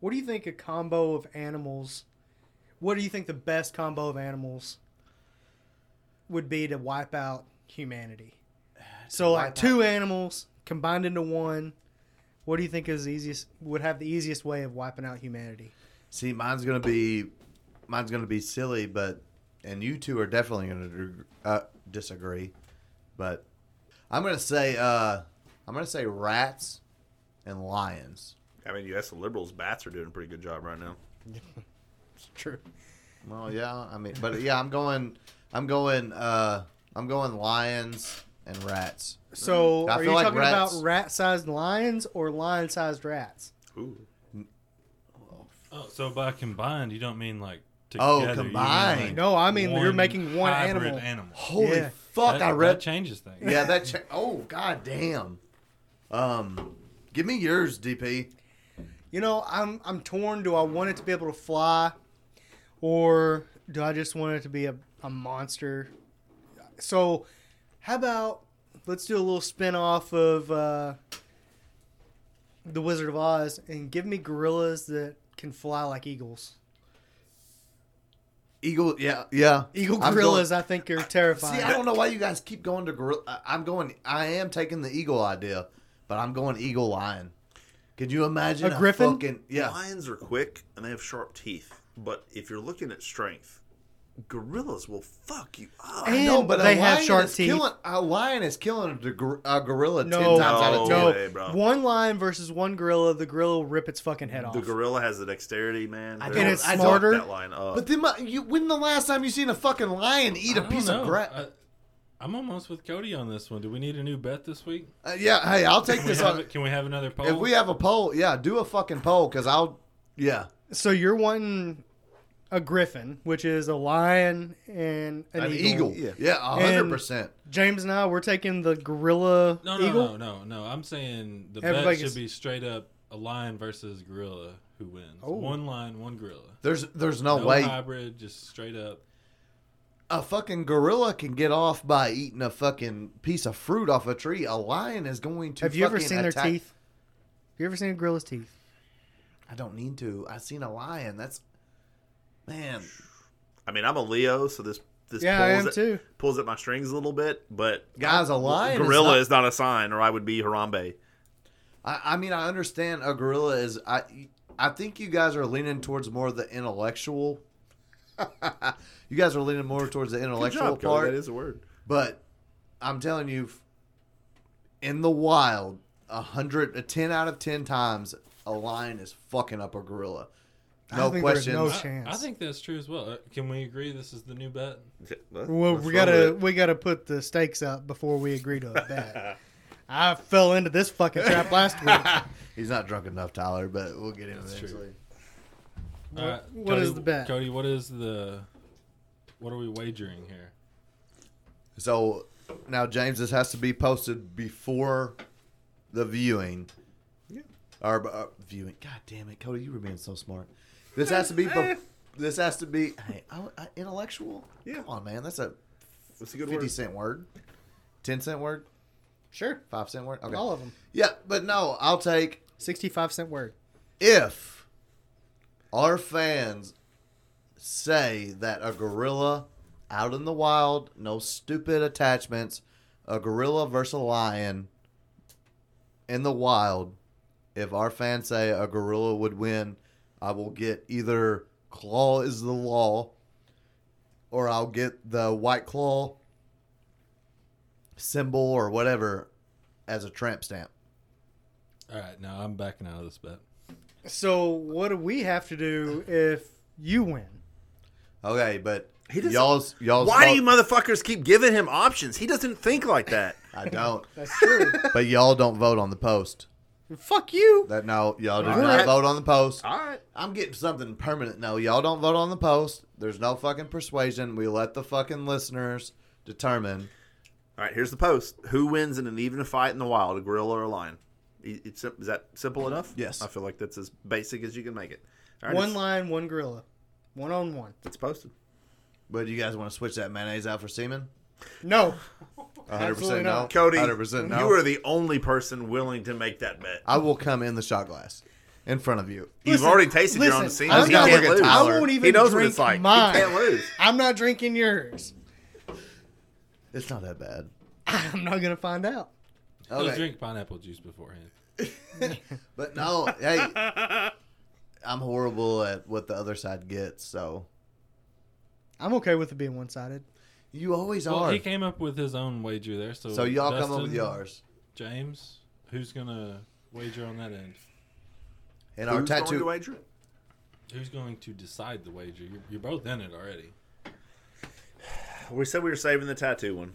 What do you think a combo of animals? What do you think the best combo of animals would be to wipe out [sighs] humanity? So like wipe two animals combined into one. What do you think is the easiest? Would have the easiest way of wiping out humanity? See, mine's gonna be, mine's gonna be silly, but and you two are definitely gonna dig- uh, disagree, but I'm gonna say, uh, I'm gonna say rats and lions. I mean, you ask the liberals, bats are doing a pretty good job right now. It's true. Well, yeah, I mean, but yeah, I'm going, I'm going, uh, I'm going lions and rats. So, I are feel you like talking rats- about rat-sized lions or lion-sized rats? Ooh. Oh, so by combined, you don't mean like together. Oh, you mean, like, combined. No, I mean, you're one making one hybrid animal. Holy Yeah. fuck! That- I read that changes things. Yeah, that. Cha- oh god damn. Um, give me yours, DP. You know, I'm I'm torn. Do I want it to be able to fly, or do I just want it to be a, a monster? So, how about let's do a little spin off of uh, the Wizard of Oz and give me gorillas that can fly like eagles. Eagle. Yeah, yeah. Eagle I'm gorillas, Going, I think, are see, terrifying. I don't know why you guys keep going to gorilla. I- I'm going. I am taking the eagle idea, but I'm going eagle lion. Could you imagine A griffin? fucking- yeah. Lions are quick and they have sharp teeth, but if you're looking at strength, gorillas will fuck you up. And- No, but They a have lion sharp is teeth. Killing, a lion is killing a, gor- a gorilla ten no, times out of ten. no. way, bro. One lion versus one gorilla. The gorilla will rip its fucking head off. the gorilla has the dexterity, man. I They'll don't- I fuck don't- That line up. But then, my, you, when the last time you seen a fucking lion I eat a don't piece know. of grass? I- I'm almost with Cody on this one. Do we need a new bet this week? Uh, yeah, hey, I'll take Can we this have, on. it- can we have another poll? If we have a poll, yeah, do a fucking poll because I'll. Yeah, So you're wanting a griffin, which is a lion and an, an, eagle. Yeah, Yeah, a And- hundred percent. James and I, we're taking the gorilla no, no, eagle. no, no, no. I'm saying the Everybody bet gets- should be straight up a lion versus gorilla. Who wins? Oh. One lion, one gorilla. There's there's no, No way hybrid, just straight up. a fucking gorilla can get off by eating a fucking piece of fruit off a tree. A lion is going to. Have you ever fucking seen their attack- teeth? Have you ever seen a gorilla's teeth? I don't need to. I've seen a lion. That's man. I mean, I'm a Leo, so this this Yeah, I pulls am at, too. pulls at my strings a little bit. But Guys, a lion is gorilla not- is not, a sign, or I would be Harambe. I, I mean, I understand a gorilla is. I I think you guys are leaning towards more the intellectual. [laughs] you guys are leaning more towards the intellectual Cody, part. That is a word. But I'm telling you, in the wild, a hundred, a ten out of ten times, a lion is fucking up a gorilla. I No think there's questions. no [laughs] I- chance. I, think that's true as well. Uh, Can we agree this is the new bet? Well, Let's we roll gotta with we gotta put the stakes up before we agree to [laughs] a bet. I fell into this fucking trap last week. He's not drunk enough, Tyler, but we'll get him That's true. eventually. All right, what is the bet? Uh, Cody, what is the? What are we wagering here? So now, James, this has to be posted before the viewing. Yeah. Or uh, viewing. God damn it, Cody, you were being so smart. This has to be. [laughs] bef- this has to be. Hey, I, I, intellectual. Yeah. Come on, man. That's a it. What's a good fifty word? cent word. Ten cent word. [laughs] Sure, Five cent word. Okay. all of them. Yeah, but no, I'll take Sixty-five cent word. if our fans say that a gorilla out in the wild, no stupid attachments, a gorilla versus a lion in the wild, if our fans say a gorilla would win, I will get either claw is the law or I'll get the white claw symbol or whatever as a tramp stamp. All right, now I'm backing out of this bet. So what do we have to do if you win? Okay, but He doesn't- y'all's y'all's Why do vote- you motherfuckers keep giving him options? He doesn't think [laughs] like that. I don't. That's true. but y'all don't vote on the post. [laughs] Fuck you. That no, y'all do All not right. vote on the post. All right. I'm getting something permanent. No, y'all don't vote on the post. There's no fucking persuasion. We let the fucking listeners determine. All right. Here's the post. Who wins in an even fight in the wild, a gorilla or a lion? E- it's sim- Is that simple enough? Yes. I feel like that's as basic as you can make it. All right, One it's- lion, one gorilla, one on one. It's posted. But you guys want to switch that mayonnaise out for semen? No, 100% Absolutely no. not. Cody, 100% no. you are the only person willing to make that bet. I will come in the shot glass in front of you. You've Listen, already tasted your own listen, semen. I'm You not can't looking at lose. Tyler. I won't even he knows what drink it's like. mine. He can't lose. I'm not drinking yours. [laughs] It's not that bad. I'm not gonna find out. Let's Okay. drink pineapple juice beforehand. [laughs] But no, hey. I'm horrible at what the other side gets, so I'm okay with it being one sided. you always Well, are. he came up with his own wager there, so so y'all come up Dustin, with yours. James, who's gonna wager on that end? And [laughs] our Who's going to tattoo. wager? Who's going to decide the wager? You're, you're both in it already. We said we were saving the tattoo one.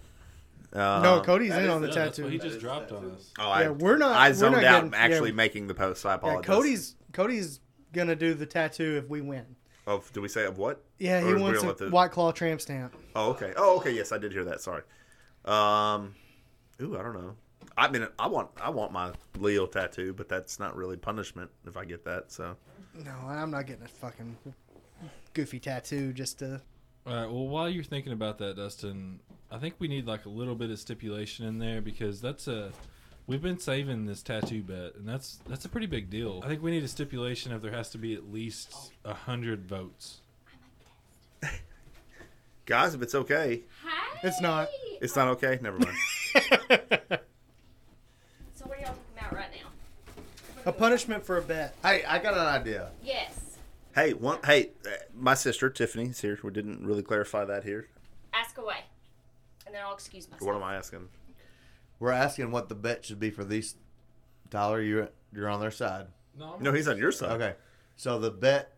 Uh, no, Cody's that in is on the Yeah, that's tattoo. what he Yeah, just is dropped tattoo. on us. Oh, I, Yeah, we're not- I we're zoned not out getting- actually yeah. making the post. So I Oh, apologize. Cody's Cody's gonna do the tattoo if we win. Of do we say of what? Yeah, Or he we wants don't a let the- White Claw tramp stamp. Oh, okay. Oh, okay. Yes, I did hear that. Sorry. Um, ooh, I don't know. I mean, I want I want my Leo tattoo, but that's not really punishment if I get that. So No, I'm not getting a fucking goofy tattoo just to. All right. Well, while you're thinking about that, Dustin, I think we need like a little bit of stipulation in there because that's a we've been saving this tattoo bet, and that's that's a pretty big deal. I think we need a stipulation of there has to be at least a hundred votes. guys, if it's okay, Hi. It's not. it's not okay. [laughs] Never mind. So what are y'all talking about right now? A punishment for a bet. Hey, I got an idea. Yes. hey, one. Hey, uh, my sister Tiffany's here. We didn't really clarify that here. Ask away, and then I'll excuse myself. What am I asking? We're asking what the bet should be for these. Tyler, you're you're on their side. No, No, he's on your side. Okay, so the bet.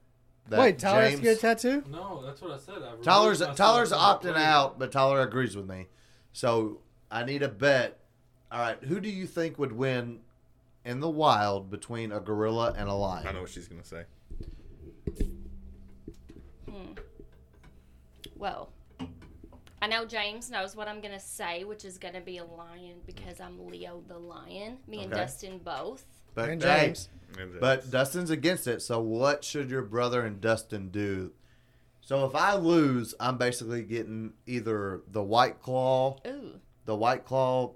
That Wait, Tyler has to get a James, tattoo. no, that's what I said. I Tyler's Tyler's opting out, but Tyler agrees with me. So I need a bet. All right, who do you think would win in the wild between a gorilla and a lion? I know what she's gonna say. Well, I know James knows what I'm gonna say, which is gonna be a lion because I'm Leo the lion. Me and Okay. Dustin both. But And hey, James. but Dustin's against it. So what should your brother and Dustin do? So if I lose, I'm basically getting either the white claw, Ooh. the white claw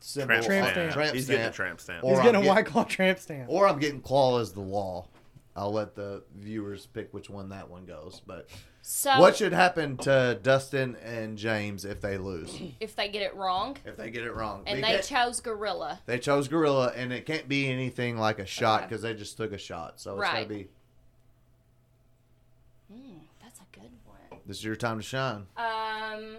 symbol, tramp, Tramp on- stamp. tramp He's getting a stamp, tramp stamp. Or He's I'm getting a getting- White Claw tramp stamp. or I'm getting claw as the law. I'll let the viewers pick which one that one goes, but. So What should happen to Dustin and James if they lose? if they get it wrong, if they get it wrong. and They they get- chose gorilla. they chose gorilla, and it can't be anything like a shot Okay. because they just took a shot. So it's Right. gonna be Hmm, Mm, that's a good one. this is your time to shine. Um,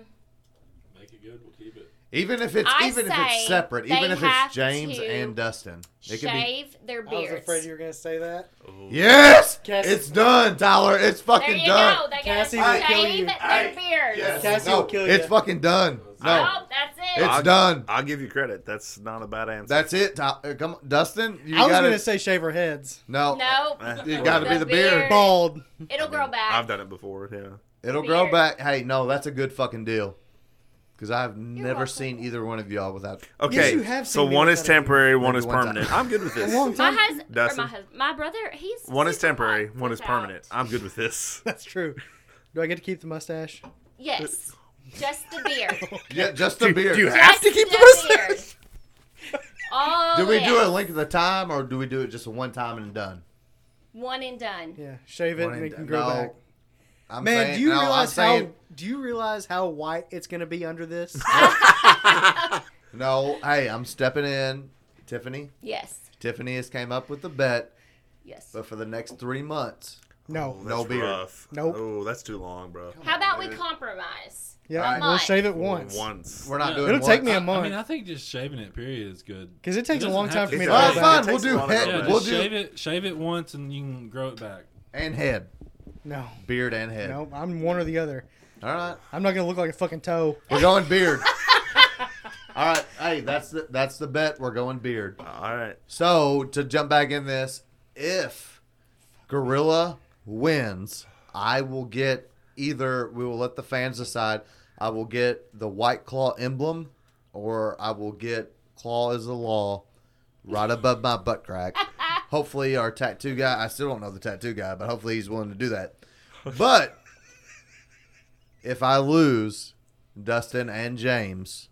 Make it good. We'll keep it. Even if it's I even if say it's separate, they even if have it's James to and Dustin, it could be. shave their I was beards. afraid you were gonna say that. Yes, Yes. it's done, Tyler. It's there you fucking go. done. They Cassie gotta will kill you. shave their Hey, beards. Yes. Cassie will No, kill it's you. fucking done. No, Oh, that's it. it's done. I'll give you credit. That's not a bad answer. That's it. Tyler. Come on, Dustin. You I was gotta, gonna say shave our heads. no. no, You got to be the The beard. beard. Bald. it'll grow back. I've done it before. Yeah. It'll Beard. grow back. Hey, no, that's a good fucking deal. Because I've never welcome. seen either one of y'all without. Okay. Yes, you have so seen me one with is that idea. temporary, one Maybe is one time. permanent. [laughs] I'm good with this. My husband, or Dustin. my husband, my brother, he's One is super temporary, hot. one is He's permanent. out. I'm good [laughs] with this. That's true. Do I get to keep the mustache? Yes, just the [laughs] beard. Yeah, just the beard. [laughs] Do you Just have to keep the beard. All Do we in. do a link at the time, or do we do it just one time and done? One and done. Yeah, shave it One and and it done. can grow No. back. I'm Man, saying- do you no, I'm realize saying- how do you realize how white it's gonna be under this? No, hey, I'm stepping in. Tiffany, Yes, Tiffany has came up with the bet, yes. but for the next three months, no. No beard. Rough. Nope. Oh, that's too long, bro. How about we compromise? Yeah, Right. we'll shave it once. Once. we're not Yeah. doing. It'll take me one- a I mean, I month think just shaving it, period, is good. because it takes It a long doesn't time have for to- me to. It does. grow Well, back. It fine. takes We'll a do lot of head. Yeah, effort. just we'll do shave it. Shave it once, and you can grow it back. and head, No, beard and head. no, I'm one or the other. All right, I'm not gonna look like a fucking toe. we're going beard. [laughs] All right, hey, that's the that's the bet. We're going beard. All right. So to jump back in this, if Gorilla wins, I will get either we will let the fans decide. I will get the White Claw emblem, or I will get Claw is the Law right above my butt crack. Hopefully, our tattoo guy. I still don't know the tattoo guy, but hopefully he's willing to do that. But if I lose, Dustin and James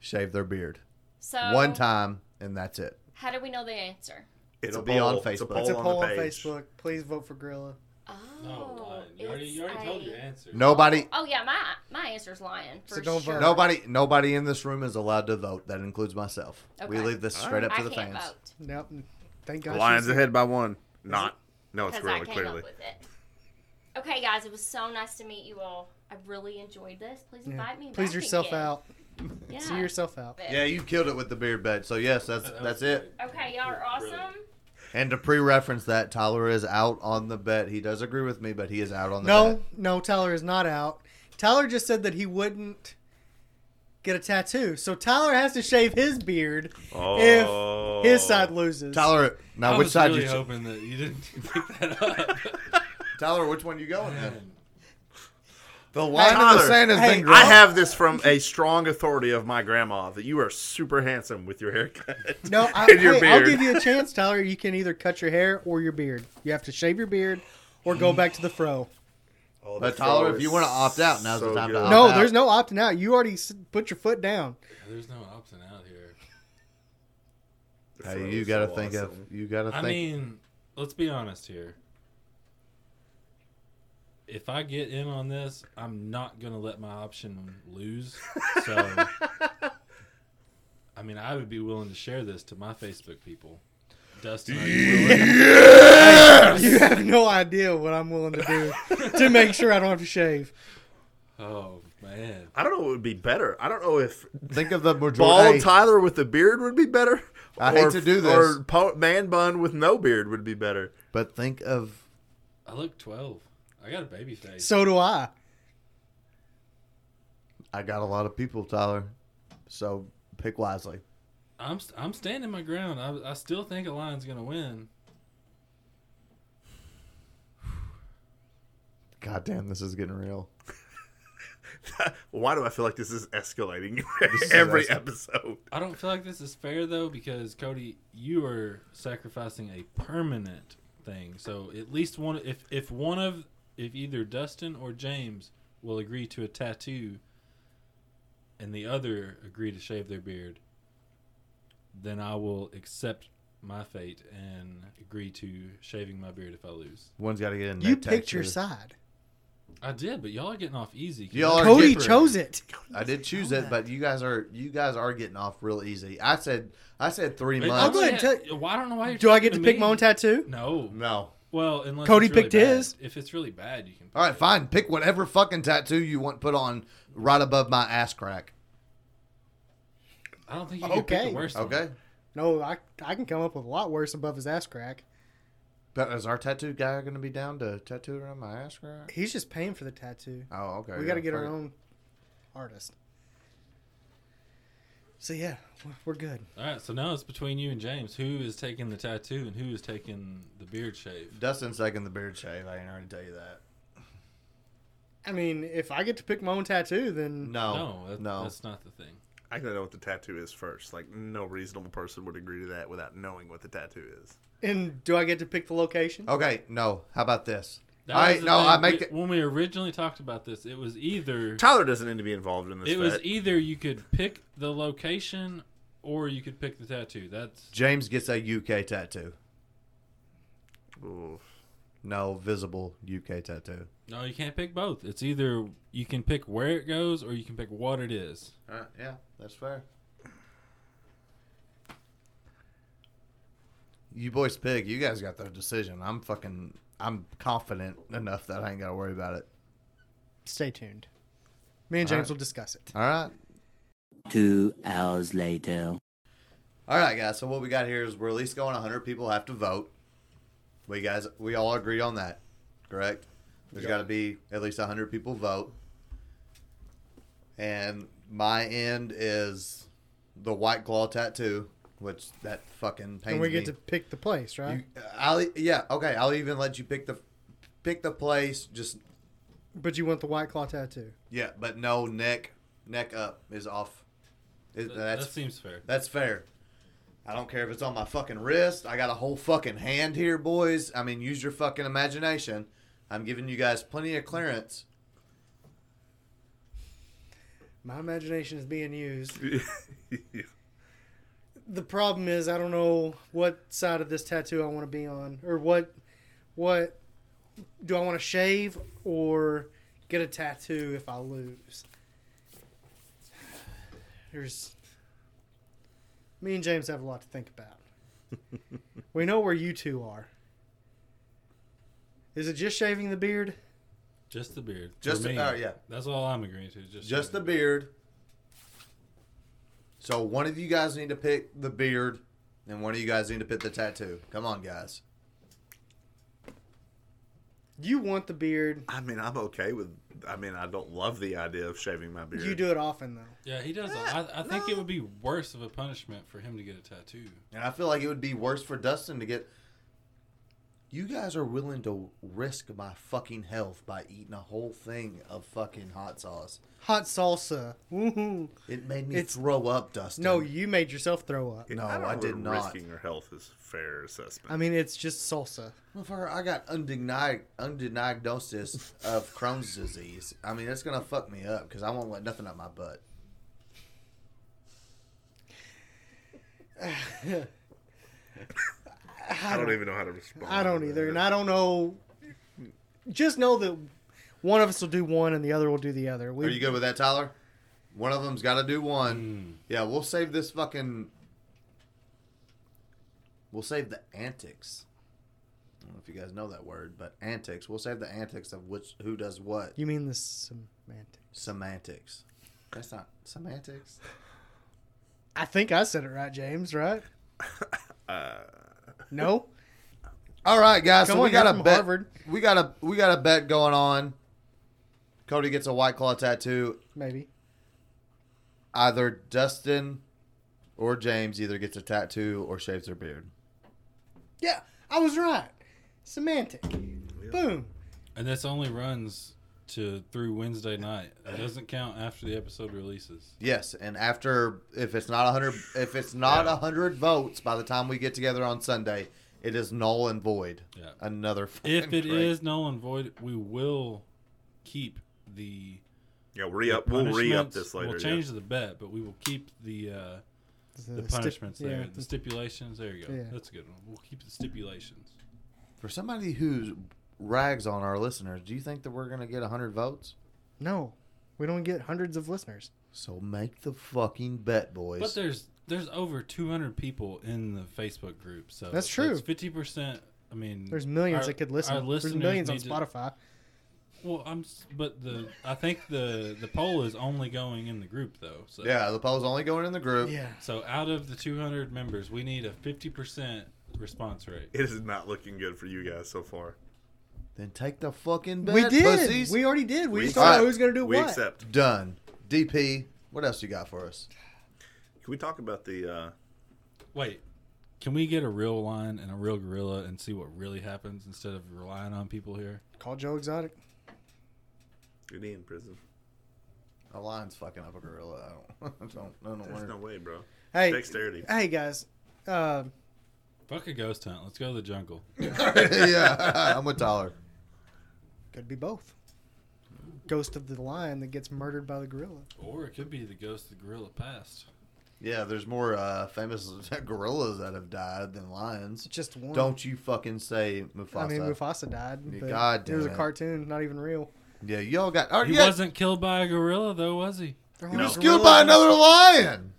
shave their beard So one time, and that's it. How do we know the answer? It's It'll a be poll. on It's a Facebook. poll, It's a on, poll the on page. Facebook. Please vote for Gorilla. Oh, No, lying. You already, you it's already told a- your answer. Nobody, Oh yeah, my my answer's lying for So don't sure. vote. Nobody, nobody in this room is allowed to vote. That includes myself. We Okay. leave this straight I up to the can't fans. vote. Yep. Thank God. Lions she's- ahead by one. Not. No, it's because I really came clearly. up with it. Okay, guys, it was so nice to meet you all. I really enjoyed this. Please Yeah. invite me. Please back yourself again. out. Yeah. See yourself out. Yeah, you killed it with the beard bed. So yes, that's That was that's it. Okay, y'all are awesome. Brilliant. And to pre-reference that, Tyler is out on the bet. He does agree with me, but he is out on the No, bet. no, Tyler is not out. Tyler just said that he wouldn't get a tattoo, so Tyler has to shave his beard Oh. if his side loses. Tyler, now I Uh, which was side really you? hoping that you didn't [laughs] pick that up. Tyler, which one you going then? The Hey, line in the Tyler. sand has Hey, been I drawn. have this from [laughs] a strong authority of my grandma that you are super handsome with your haircut. No, I, and your hey, beard. I'll give you a chance, Tyler. You can either cut your hair or your beard. You have to shave your beard or go back to the fro. [laughs] Oh, But the Tyler, fro if is you wanna opt out, now's the so time to good. opt No, out. there's no opting out. You already s- put your foot down. There's no opting out here. The fro Hey, you is gotta so think awesome. of you gotta I think. mean, let's be honest here. If I get in on this, I'm not gonna let my option lose. [laughs] So, I mean, I would be willing to share this to my Facebook people. Dustin, are you [laughs] willing? You have no idea what I'm willing to do to make sure I don't have to shave. Oh man, I don't know what would be better. I don't know if think [laughs] of the bald majority. Tyler with a beard would be better. I hate to do this. Or po- man bun with no beard would be better. [laughs] but think of I look 12. I got a baby face. So do I. I got a lot of people, Tyler. So pick wisely. I'm st- I'm standing my ground. I, I still think a lion's gonna win. God damn, this is getting real. Why do I feel like this is escalating [laughs] is every escalating. episode? I don't feel like this is fair though because Cody, you are sacrificing a permanent thing. So at least one, if if one of if either Dustin or James will agree to a tattoo, and the other agree to shave their beard, then I will accept my fate and agree to shaving my beard if I lose. One's got to get in. You neck picked tattoo. your side. I did, but y'all are getting off easy. Y'all are- Cody different. chose it. I did choose it, but you guys are you guys are getting off real easy. I said I said three But- months. I'll go ahead and tell you- Well, I don't know why. You're Do I get to talking pick my me. own tattoo? No. No. Well, unless Cody it's really picked bad. his. If it's really bad, you can. Pick All right, it. fine. Pick whatever fucking tattoo you want put on right above my ass crack. I don't think you can pick Okay. the worst. one. Okay. No, I, I can come up with a lot worse above his ass crack. But is our tattoo guy going to be down to tattoo it on my ass crack? He's just paying for the tattoo. Oh, okay. we got to yeah, get our fuck it. own artist. So yeah, we're- we're good. All right, so now it's between you and James. Who is taking the tattoo and who is taking the beard shave? Dustin's taking the beard shave. I ain't already tell you that. I mean, if I get to pick my own tattoo, then No, no, that, no. that's not the thing. I gotta know what the tattoo is first. Like, no reasonable person would agree to that without knowing what the tattoo is. and do I get to pick the location? Okay, no. How about this? That All was right, the no. thing. I make We- it. when we originally talked about this, it was either Tyler doesn't need to be involved in this. it was e- bet. either you could pick the location or you could pick the tattoo. That's James gets a UK tattoo. Ooh. No visible UK tattoo. no, you can't pick both. It's either you can pick where it goes or you can pick what it is. All right, Uh, yeah, that's fair. You boys pick. You guys got the decision. I'm fucking. I'm confident enough that I ain't got to worry about it. Stay tuned. Me and James Alright. will discuss it. All right. Two hours later. All right, guys. So what we got here is we're at least going 100 people have to vote. We guys, we all agree on that, correct? There's got to be at least 100 people vote. And my end is the white claw tattoo, which that fucking pains And we get me. to pick the place, right? You, I'll e, yeah okay. I'll even let you pick the pick the place. Just but you want the white claw tattoo. yeah, but no neck neck up is off. It- That, that's that seems fair. that's fair. I don't care if it's on my fucking wrist. I got a whole fucking hand here, boys. I mean, use your fucking imagination. I'm giving you guys plenty of clearance. My imagination is being used. The problem is I don't know what side of this tattoo I want to be on or what what do I want to shave or get a tattoo if I lose. There's me and James have a lot to think about. we know where you two are. Is it just shaving the beard? Just the beard. For Just the- me. oh, yeah. That's all I'm agreeing to. Just Just the shaving. beard. So one of you guys need to pick the beard, and one of you guys need to pick the tattoo. Come on, guys. You want the beard. I mean, I'm okay with. I mean, I don't love the idea of shaving my beard. You do it often though. Yeah, he does. I, I think it would be worse of a punishment for him to get a tattoo. And I feel like it would be worse for Dustin to get. You guys are willing to risk my fucking health by eating a whole thing of fucking hot sauce. Hot salsa. Woohoo. It made me It's- throw up, Dustin. No, you made yourself throw up. No, don't I know did whether not. Risking your health is a fair assessment. I mean, it's just salsa. Motherfucker, I got undenied undiagnosis of Crohn's disease. I mean, that's gonna fuck me up because I won't let nothing up my butt. I, don't, even know how to respond. I don't to either, that. and I don't know. Just know that one of us will do one, and the other will do the other. We, Are you good with that, Tyler? One of them's got to do one. Hmm. Yeah, we'll save this fucking. We'll save the antics. I don't know if you guys know that word, but antics. We'll save the antics of which who does what. You mean the semantic? Semantics. That's not semantics. I think I said it right, James. [laughs] Right? Uh. no. All right, guys. Come so on, we got you're a from bet. Harvard. We got a we got a bet going on. Cody gets a white claw tattoo. Maybe. Either Dustin or James either gets a tattoo or shaves their beard. Yeah, I was right. Semantic. Boom. And this only runs to through Wednesday night. It doesn't count after the episode releases. Yes, and after if it's not a hundred if it's not a hundred votes by the time we get together on Sunday, it is null and void. Yeah. Another If fucking it is break. null and void, we will keep the Yeah, we'll re up. We'll re up punishments. this later. We'll yeah. change the bet, but we will keep the uh, the stip- punishments there, yeah, the stipulations. There you go. Yeah. That's a good one. We'll keep the stipulations. for somebody who rags on our listeners, do you think that we're gonna get a hundred votes? No, we don't get hundreds of listeners. So make the fucking bet, boys. But there's there's over 200 people in the Facebook group, so That's true. Fifty percent. I mean, There's millions Mm. our- that could listen. Our There's listeners millions on need to- Spotify. well, I'm s- but the I think the the poll is only going in the group though. So yeah, the poll's only going in the group. Yeah. So out of the 200 members, we need a 50% response rate. It is not looking good for you guys so far. Then take the fucking bet, We did. pussies. We already did. We, We just don't know accept. who's gonna do we what. accept. Done. DP, what else you got for us? Can we talk about the? Uh, Wait, can we get a real lion and a real gorilla and see what really happens instead of relying on people here? Call Joe Exotic. you're in prison. A lion's fucking up a gorilla. I don't, [laughs] I don't, I don't There's wonder. no way, bro. Hey, Dexterity. hey guys. Uh, Fuck a ghost hunt. Let's go to the jungle. yeah, [laughs] I'm with Tyler. could be both. Ghost of the lion that gets murdered by the gorilla. Or it could be the ghost of the gorilla past. Yeah, there's more uh, famous [laughs] gorillas that have died than lions. Just one. Don't you fucking say Mufasa. I mean Mufasa died. Yeah, But God it was a damn it. cartoon, not even real. Yeah, y'all got. Oh, He yeah, wasn't killed by a gorilla, though, was he? They're He all was gorillas. killed by another lion.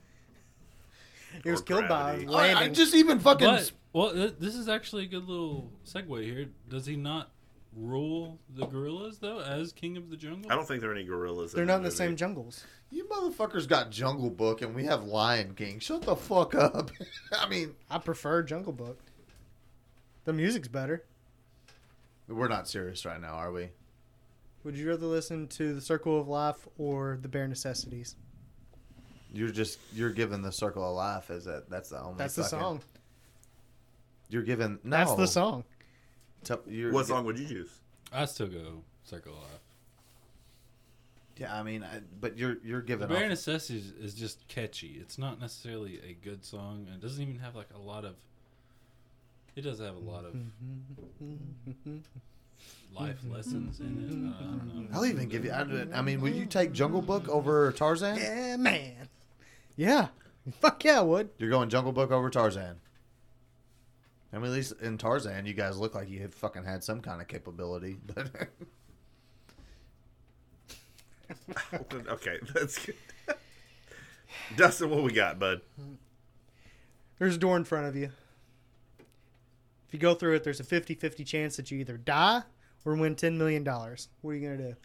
He was Or killed gravity. by a I, landing. I just even fucking. But, well, th- this is actually a good little segue here. Does he not rule the gorillas, though, as king of the jungle? I don't think there are any gorillas. They're not in the movie. same jungles. You motherfuckers got Jungle Book and we have Lion King. Shut the fuck up. [laughs] I mean, I prefer Jungle Book. The music's better. we're not serious right now, are we? Would you rather listen to The Circle of Life or The Bare Necessities? You're just you're giving the circle of life. Is that that's the only. That's the fucking- song. You're giving. No, That's the song. T- you're, What song would [laughs] you choose? I still go circle of life. Yeah, I mean, I, but you're you're The giving. Bare Off, Necessities is just catchy. It's not necessarily a good song, and it doesn't even have like a lot of. It does have a lot of [laughs] life lessons in it. I don't know. I'll even give you. I, I mean, would you take Jungle Book over Tarzan? Yeah, Eh, man. Yeah. Fuck yeah, I would. You're going Jungle Book over Tarzan. I mean, at least in Tarzan, you guys look like you had fucking had some kind of capability. [laughs] But okay, [laughs] that's good. Dustin, what we got, bud? There's a door in front of you. If you go through it, there's a 50 50 chance that you either die or win $10 million. What are you going to do?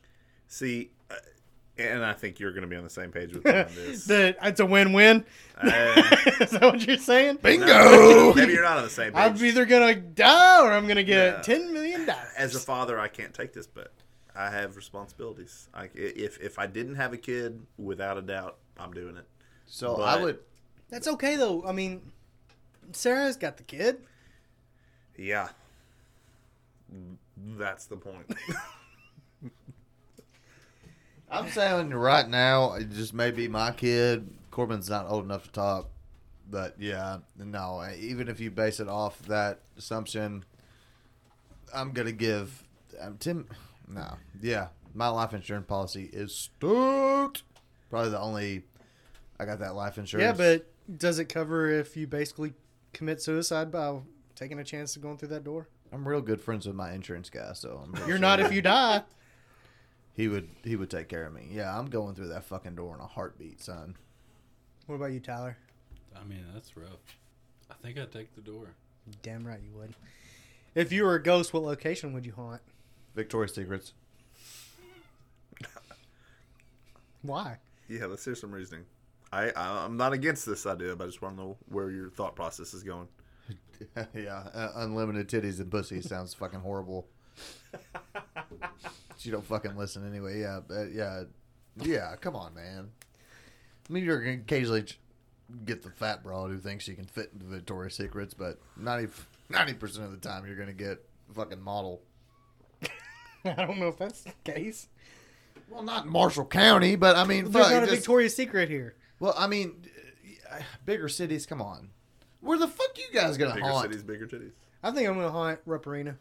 See, uh, and I think you're going to be on the same page with [laughs] me on this. That it's a win win. [laughs] Uh, Is that what you're saying? no, maybe you're not on the same page. I'm either going to die or I'm going to Yeah. get $10 million. As a father, I can't take this, but I have responsibilities. I, if if I didn't have a kid, without a doubt, I'm doing it. So But- I would. That's okay, though. I mean, Sarah's got the kid. Yeah, that's the point. [laughs] I'm saying right now, it just may be my kid. Corbin's not old enough to talk, but yeah, no. Even if you base it off that assumption, I'm gonna give um, Tim. No, yeah, my life insurance policy is stoked. Probably the only I got that life insurance. Yeah, but does it cover if you basically commit suicide by taking a chance of going through that door? I'm real good friends with my insurance guy, so I'm real You're sure not if you [laughs] die. he would he would take care of me. Yeah, I'm going through that fucking door in a heartbeat, son. What about you, Tyler? I mean, that's rough. I think I'd take [laughs] the door. Damn right you would. If you were a ghost, what location would you haunt? Victoria's Secrets. Why? yeah, let's hear some reasoning. I, I I'm not against this idea, but I just want to know where your thought process is going. [laughs] yeah, uh, unlimited titties and pussy sounds fucking [laughs] horrible. you don't fucking listen anyway. Yeah, but yeah, yeah. Come on, man. I mean, you're gonna occasionally ch- get the fat broad who thinks she can fit into Victoria's Secrets, but 90 percent of the time you're gonna get fucking model. [laughs] I don't know if that's the case. Well, not in Marshall County, but I mean, There's fuck, not a just- Victoria's Secret here. well, I mean, uh, bigger cities. Come on, where the fuck you guys gonna Bigger haunt? cities, bigger titties. I think I'm going to haunt Rupp Arena.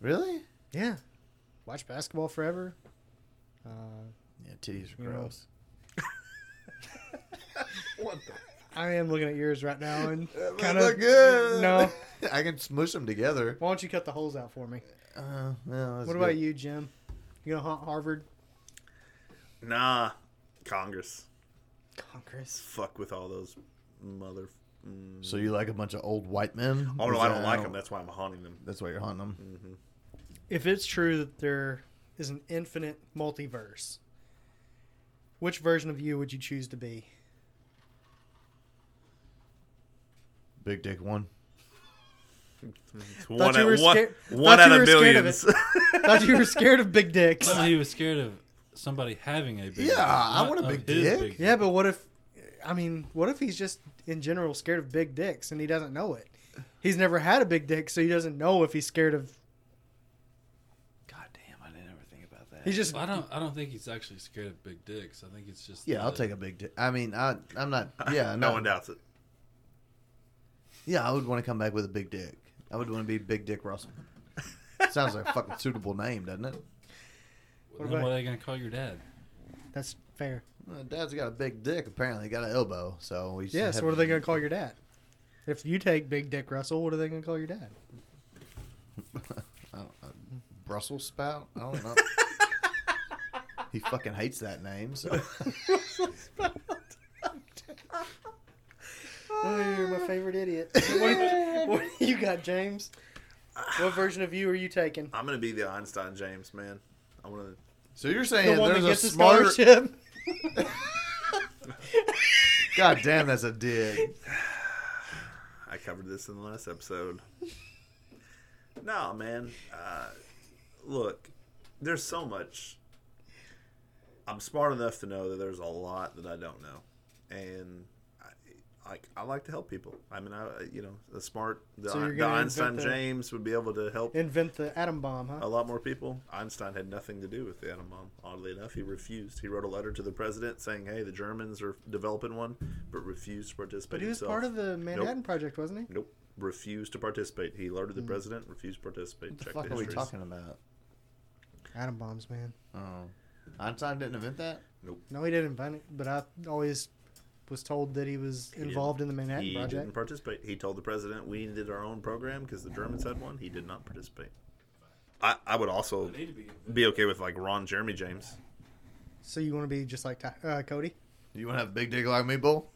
Really? Yeah. Watch basketball forever. Uh, Yeah, titties are You know. [laughs] gross. I am looking at yours right now and That kind look of good. No. [laughs] I can smush them together. Why don't you cut the holes out for me? Uh, no, that's what about good. you, Jim? You gonna haunt Harvard? Nah, Congress. Congress. Fuck with all those mother. Mm. So you like a bunch of old white men? Oh no, Is I that don't like them. how- That's why I'm haunting them. That's why you're haunting them. If it's true that there is an infinite multiverse, which version of you would you choose to be? Big dick one. It's one you out, were one, scared- one thought out you of were scared of billions. [laughs] Thought you were scared of big [laughs] dicks. No, he was scared of somebody having a big. Yeah, I not want a of big his dick. Yeah, but what if? I mean, what if he's just in general scared of big dicks and he doesn't know it? He's never had a big dick, so he doesn't know if he's scared of. God damn, I didn't ever think about that. He's just. I don't. I don't think he's actually scared of big dicks. I think it's just. Yeah, I'll the- take a big dick. I mean, I, I'm not. [laughs] Yeah, no not- one doubts it. Yeah, I would want to come back with a big dick. I would want to be Big Dick [laughs] Russell. Sounds like a fucking suitable name, doesn't it? Then about- what are they gonna call your dad? That's fair. Uh, Dad's got a big dick. Apparently, he got an elbow. So we. just Yeah. have- So what are they gonna call your dad? If you take Big Dick Russell, what are they gonna call your dad? I don't know. Brussels spout? I don't [laughs] know. he fucking hates that name. [laughs] So. Oh, you're my favorite idiot. [laughs] what, what you got, James? [sighs] What version of you are you taking? I'm gonna be the Einstein James man. I want to. So you're The saying one that there's a gets a smarter? scholarship. God damn, that's a [laughs] dig. I covered this in the last episode. no, man. Uh, look, there's so much. I'm smart enough to know that there's a lot that I don't know, and I, like I like to help people. I mean, I you know, the smart the, So you're the gonna Einstein invent the- James would be able to [laughs] help Invent the atom bomb, huh? a lot more people. Einstein had nothing to do with the atom bomb. Oddly enough, he refused. He wrote a letter to the president saying, "Hey, the Germans are developing one," but refused to participate. But he was himself. part of the Manhattan Project, wasn't he? Nope. Refused to participate. He alerted the president. Refused to participate. Hmm. What the Check fuck the are we histories. talking about? Atom bombs, man. Oh, Einstein didn't invent that. No, he didn't invent it, but I always was told that he was involved in the Manhattan He didn't Project. participate. He told the president we needed our own program because the Germans had one. He did not participate. I, I would also Need to be. be okay with like Ron Jeremy James. So you want to be just like Ty- uh, Cody? You want to have a big dick like me, [laughs] bull?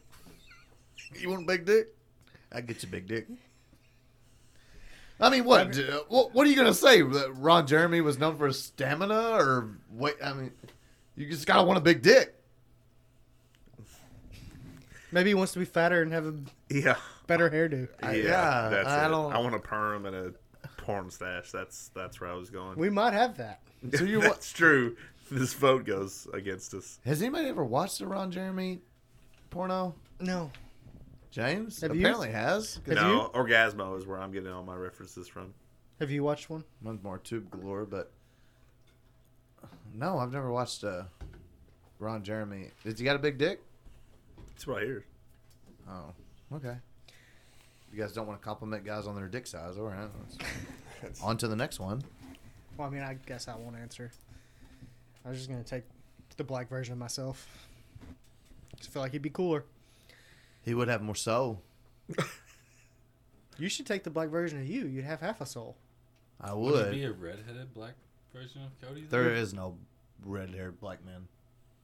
You want a big dick? I get you big dick. I mean, what? d- what, what are you gonna say? That Ron Jeremy was known for his stamina, or wait? I mean, you just gotta want a big dick. Maybe he wants to be fatter and have a Yeah. better hairdo. Yeah. yeah, that's I it. don't- I want a perm and a porn stash. That's that's where I was going. We might have that. So you [laughs] wa- that's true. This vote goes against us. Has anybody ever watched a Ron Jeremy porno? No. James Have you? apparently has. 'cause Have no, Orgasmo is where I'm getting all my references from. Have you watched one? Mine's more tube galore, but no, I've never watched uh, Ron Jeremy. Has he got a big dick? It's right here. Oh, okay. You guys don't want to compliment guys on their dick size, all [laughs] right? Let's- on to the next one. Well, I mean, I guess I won't answer. I was just gonna take the black version of myself. Just feel like he'd be cooler. He would have more soul. You should take the black version of you. You'd have half a soul. I Would it be would. a redheaded black version of Cody? then? There is no red-haired black man.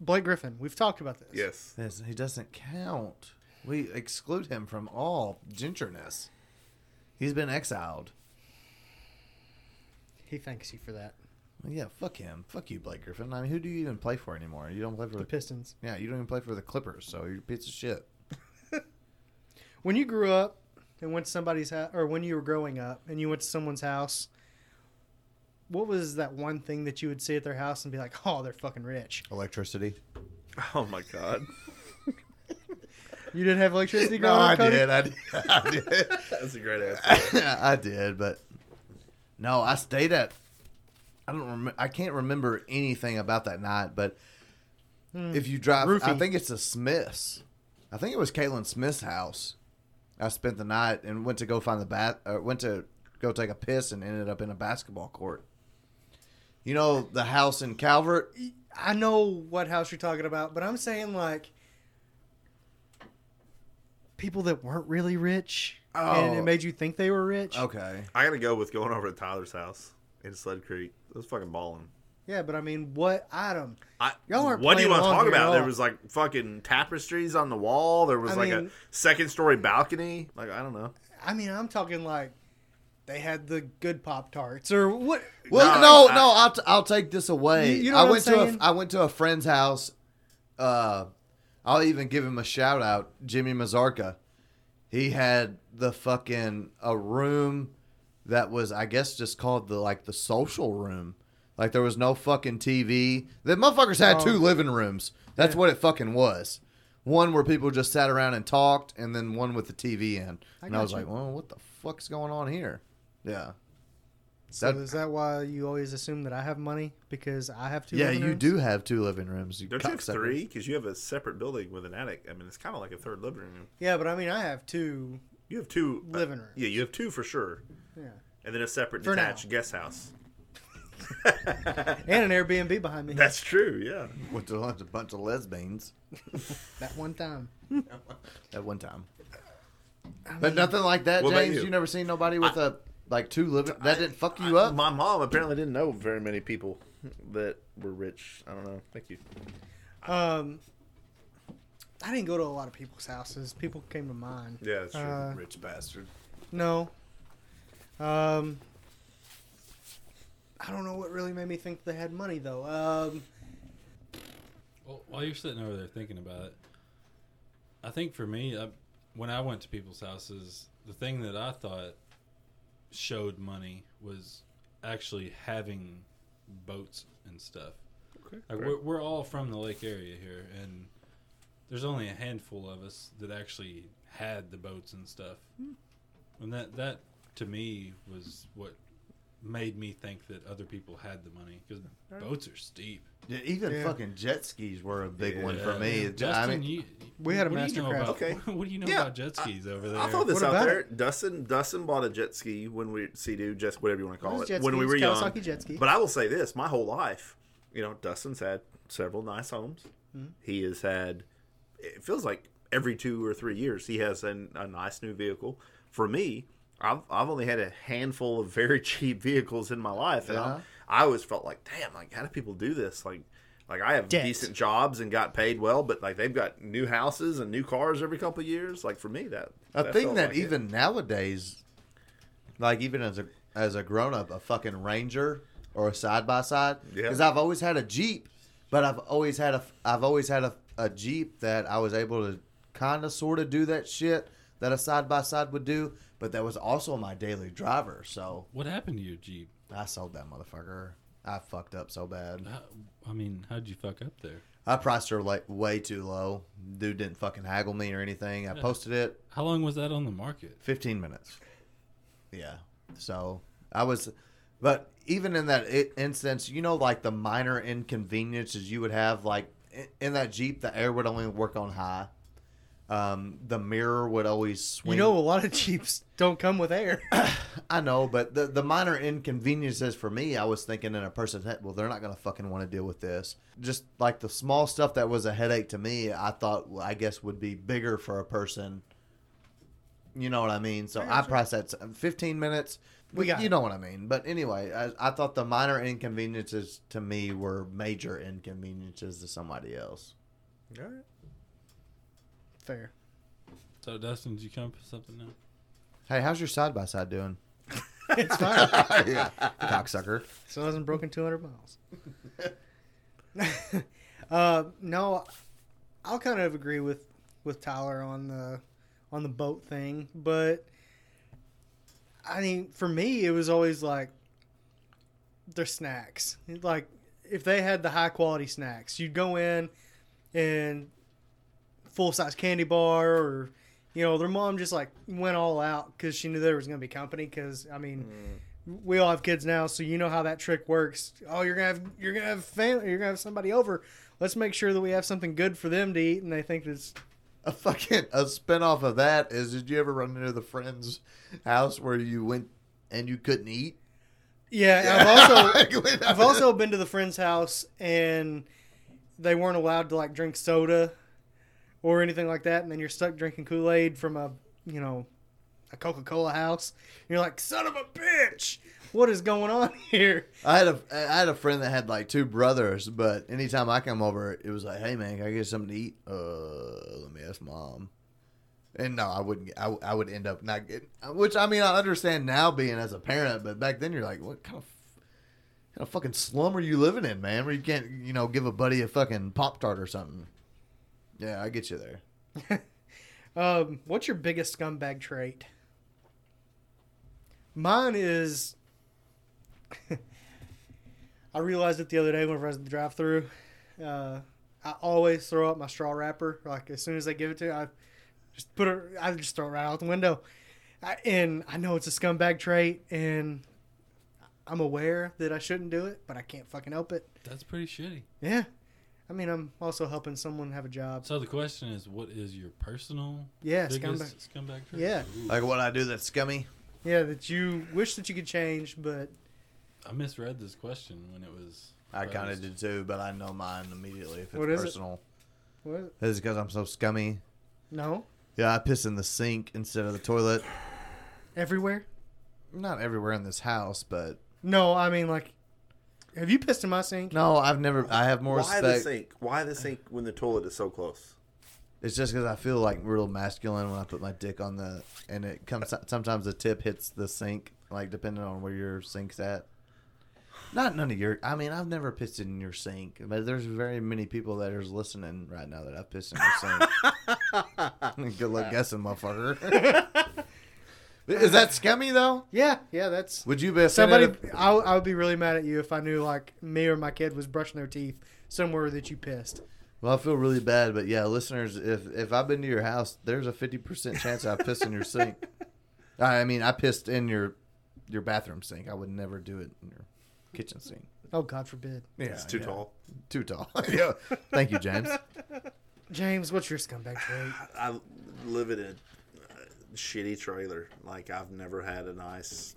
Blake Griffin. We've talked about this. Yes. [laughs] Yes, he doesn't count. We exclude him from all gingerness. He's been exiled. He thanks you for that. Yeah, fuck him. Fuck you, Blake Griffin. I mean, who do you even play for anymore? You don't play for The Pistons. Yeah, you don't even play for the Clippers, so you're a piece of shit. When you grew up and went to somebody's house, or when you were growing up and you went to someone's house, what was that one thing that you would see at their house and be like, "Oh, they're fucking rich." Electricity. Oh my [laughs] god. You didn't have electricity No, growing I up, Cody? did. I did. [laughs] I did. that's a great [laughs] answer. I did, [laughs] but no, I stayed at. I don't. Rem- I can't remember anything about that night, but if you drive, I Roofie. think it's a Smith's. I think it was Caitlin Smith's house. I spent the night and went to go find the bath. Uh, went to go take a piss and ended up in a basketball court. You know the house in Calvert. I know what house you're talking about, but I'm saying like people that weren't really rich, and Oh. it made you think they were rich. Okay. I gotta go with going over to Tyler's house in Sled Creek. It was fucking balling. Yeah, but I mean, what item? I, Y'all aren't what do you playing want to along talk here at about? There all. was like fucking tapestries on the wall. There was I like mean- a second story balcony. Like I don't know. I mean, I'm talking like they had the good pop tarts or what? Well, No, no, I- no, I'll, t- I'll take this away. You- you know I what I'm went to a, saying? I went to a friend's house. Uh, I'll even give him a shout out, Jimmy Mazarka. He had the fucking a room that was, I guess, just called the like the social room. Like there was no fucking TV. The motherfuckers had Oh. two living rooms. That's what it fucking was. One where people just sat around and talked, and then one with the TV in. and I got was you. like, well, what the fuck's going on here? Yeah. So That- is that why you always assume that I have money because I have two? yeah, living you rooms? do have two living rooms. You Don't you have cocksucker. three? Because you have a separate building with an attic. I mean, it's kind of like a third living room. Yeah, but I mean, I have two. You have two uh, Living rooms. Yeah, you have two for sure, Yeah, and then a separate For now. detached guest house. and an Airbnb behind me. That's true. Yeah. With a bunch- a bunch of lesbians that one time. at one time. But nothing like that, What about James. You? you? never seen nobody with a like two living. That didn't fuck you up. My mom apparently didn't know very many people that were rich. I don't know. Thank you. Um, I didn't go to a lot of people's houses. People came to mine. Yeah, that's true. Uh, Rich bastard. No. Um, I don't know what really made me think they had money though. Um, Well, while you're sitting over there thinking about it, I think for me, I, when I went to people's houses, the thing that I thought showed money was actually having boats and stuff. Okay, Like fair. we're, we're all from the lake area here, and there's only a handful of us that actually had the boats and stuff. And that that to me was what made me think that other people had the money because boats are steep. Yeah, even Yeah. fucking jet skis were a big one for Yeah. me. Justin, I mean, you, We had a what do you know Mastercraft. about- Okay. [laughs] What do you know Yeah, about jet skis over there? I throw this What out about there. Dustin Dustin bought a jet ski when we sea doo, just whatever you want to call Those it. jet when we skis, were young. Kawasaki jet ski. But I will say this, my whole life, you know, Dustin's had several nice homes. Hmm. He has had it feels like every two or three years he has an, a nice new vehicle. For me, I've I've only had a handful of very [laughs] cheap vehicles in my life. And I'm- Yeah. I always felt like, damn, like how do people do this? Like like I have Debt. decent jobs and got paid well, but like they've got new houses and new cars every couple of years. Like for me, that a thing felt that like it. even nowadays, like even as a as a grown up, a fucking Ranger or a side by side. Yeah. Because I've always had a Jeep, but I've always had a I've always had a, a Jeep that I was able to kind of sort of do that shit that a side by side would do, but that was also my daily driver. So What happened to your Jeep? I sold that motherfucker. I fucked up so bad. How, I mean, how'd you fuck up there? I priced her like way too low. Dude didn't fucking haggle me or anything. I posted it. How long was that on the market? 15 minutes. Yeah. So I was, but even in that i instance, you know, like the minor inconveniences you would have, like in, in that Jeep, the air would only work on high. Um, the mirror would always swing. You know, a lot of [laughs] Jeeps don't come with air. I know, but the, the minor inconveniences for me, I was thinking in a person's head, well, they're not going to fucking want to deal with this. Just like the small stuff that was a headache to me, I thought, well, I guess, would be bigger for a person. You know what I mean? So I priced that s- 15 minutes. We got you it. know what I mean. But anyway, I, I thought the minor inconveniences to me were major inconveniences to somebody else. All right. Fair. So, Dustin, did you come up with something now? Hey, how's your side by side doing? It's fine. Cocksucker. Still hasn't broken 200 miles. [laughs] uh, no, I'll kind of agree with with Tyler on the on the boat thing, but I mean, for me, it was always like their snacks. Like if they had the high quality snacks, you'd go in and full size candy bar or you know their mom just like went all out because she knew there was going to be company because i mean we all have kids now, so you know how that trick works. Oh, you're gonna have you're gonna have family, you're gonna have somebody over. Let's make sure that we have something good for them to eat, and they think that's a fucking a spinoff of that is did you ever run into the friend's house where you went and you couldn't eat? [laughs] yeah. and I've also Like, I've also been to the friend's house and they weren't allowed to like drink soda or anything like that, and then you're stuck drinking Kool Aid from a you know a Coca Cola house. You're like son of a bitch, what is going on [laughs] here? I had a I had a friend that had like two brothers, but anytime I come over, it was like, hey man, can I get something to eat? Uh, let me ask mom. And no, I wouldn't. get- I, w- I would end up not getting. Which I mean, I understand now being as a parent, but back then you're like, what kind of kind of fucking slum are you living in, man? Where you can't, you know, give a buddy a fucking pop tart or something. Yeah, I get you there. Um, what's your biggest scumbag trait? Mine is. [laughs] I realized it the other day whenever I was in the drive-through. Uh, I always throw up my straw wrapper. Like as soon as they give it to, me, I just put it. I just throw it right out the window. I, and I know it's a scumbag trait, and I'm aware that I shouldn't do it, but I can't fucking help it. That's pretty shitty. Yeah, I mean, I'm also helping someone have a job. So the question is, what is your personal Yeah, scumbag. biggest scumbag? trait? Yeah. Like what I do that's scummy. Yeah, that you wish that you could change, but I misread this question when it was. I kind of posed. did too, but I know mine immediately if it's What is it? personal. what? This is because I'm so scummy. No, Yeah, I piss in the sink instead of the toilet. everywhere. Not everywhere in this house, but No, I mean like, have you pissed in my sink? no, I've never. I have more Why the respect. sink? Why the sink when the toilet is so close? It's just because I feel like real masculine when I put my dick on the and it comes. Sometimes the tip hits the sink, like depending on where your sink's at. Not none of your. I mean, I've never pissed in your sink, but there's very many people that are listening right now that I've pissed in your sink. [laughs] Good luck guessing, motherfucker. [laughs] Is that scummy though? Yeah, yeah, that's Would you be somebody. somebody? I, I would be really mad at you if I knew like me or my kid was brushing their teeth somewhere that you pissed. Well, I feel really bad, but yeah, listeners, if if I've been to your house, there's a fifty percent chance I pissed in your sink. [laughs] I mean, I pissed in your your bathroom sink. I would never do it in your kitchen sink. Oh God forbid. Yeah, It's too yeah. tall. Uh-huh. Too tall. [laughs] yeah. Thank you, [laughs] James. James, what's your scumbag trait? I live in a uh, shitty trailer. Like I've never had a nice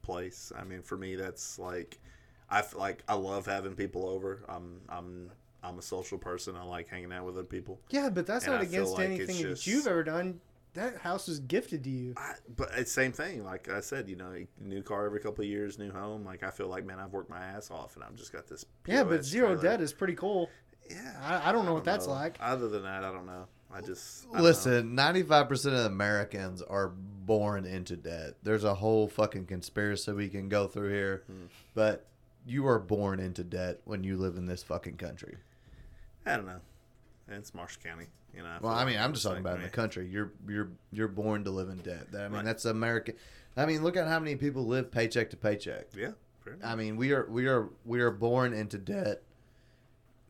place. I mean, for me, that's like I f- like I love having people over. I'm I'm I'm a social person. I like hanging out with other people. Yeah, but that's And not I feel against like it's anything just- that you've ever done. That house was gifted to you. I, but it's same thing. Like I said, you know, new car every couple of years, new home. Like I feel like man, I've worked my ass off, and I've just got this. Yeah, but POS zero trailer. debt is pretty cool. Yeah, I- I don't know what that's know. like. Other than that, I don't know. I just I don't know. Listen, ninety five percent of Americans are born into debt. There's a whole fucking conspiracy we can go through here, Hmm. but you are born into debt when you live in this fucking country. I don't know. It's Marsh County, you know. feel Well, I like mean, I'm it's just talking like about in the me. country. You're you're you're born to live in debt. That- I mean, Right. that's American. I mean, look at how many people live paycheck to paycheck. Yeah, pretty much. I mean, we are we are we are born into debt.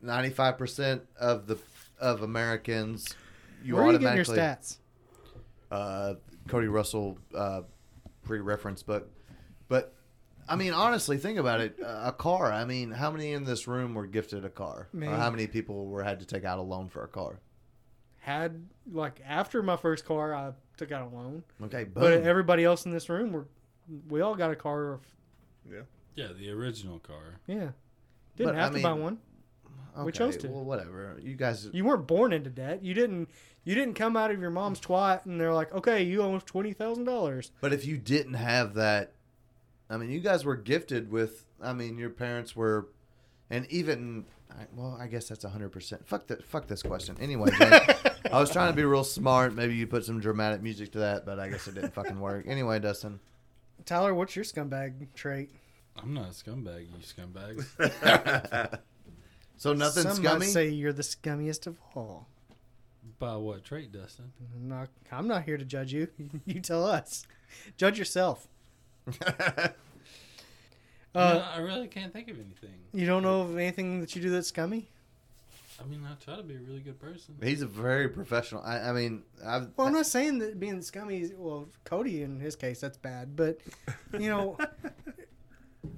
Ninety five percent of the of Americans, you Where are you getting your automatically. stats? uh, Cody Russell uh, pre-reference book, but I mean, honestly, think about it. Uh, a car. I mean, how many in this room were gifted a car, Me. or how many people were had to take out a loan for a car? Had like after my first car, I took out a loan, Okay, boom. but everybody else in this room were we all got a car. Yeah, the original car. Yeah, didn't But, have I to buy mean, one. okay, we chose to. Well, whatever. You guys. You weren't born into debt. You didn't. You didn't come out of your mom's twat and they're like, okay, you owe us twenty thousand dollars. But if you didn't have that, I mean, you guys were gifted with. I mean, your parents were, and even. I, well, I guess that's hundred percent. Fuck that. Fuck this question. Anyway, [laughs] James, I was trying to be real smart. Maybe you put some dramatic music to that, but I guess it didn't fucking work. Anyway, Dustin. Tyler, what's your scumbag trait? I'm not a scumbag, you scumbags. So nothing Some scummy. might say you're the scummiest of all. By what trait, Dustin? I'm not. I'm not here to judge you. [laughs] you tell us. Judge yourself. Uh, no, I really can't think of anything. You don't know of anything that you do that's scummy? I mean, I try to be a really good person. [laughs] He's a very professional. I, I mean, I've, Well, I'm not saying that being scummy. Is, well, Cody in his case, that's bad. But you [laughs] know,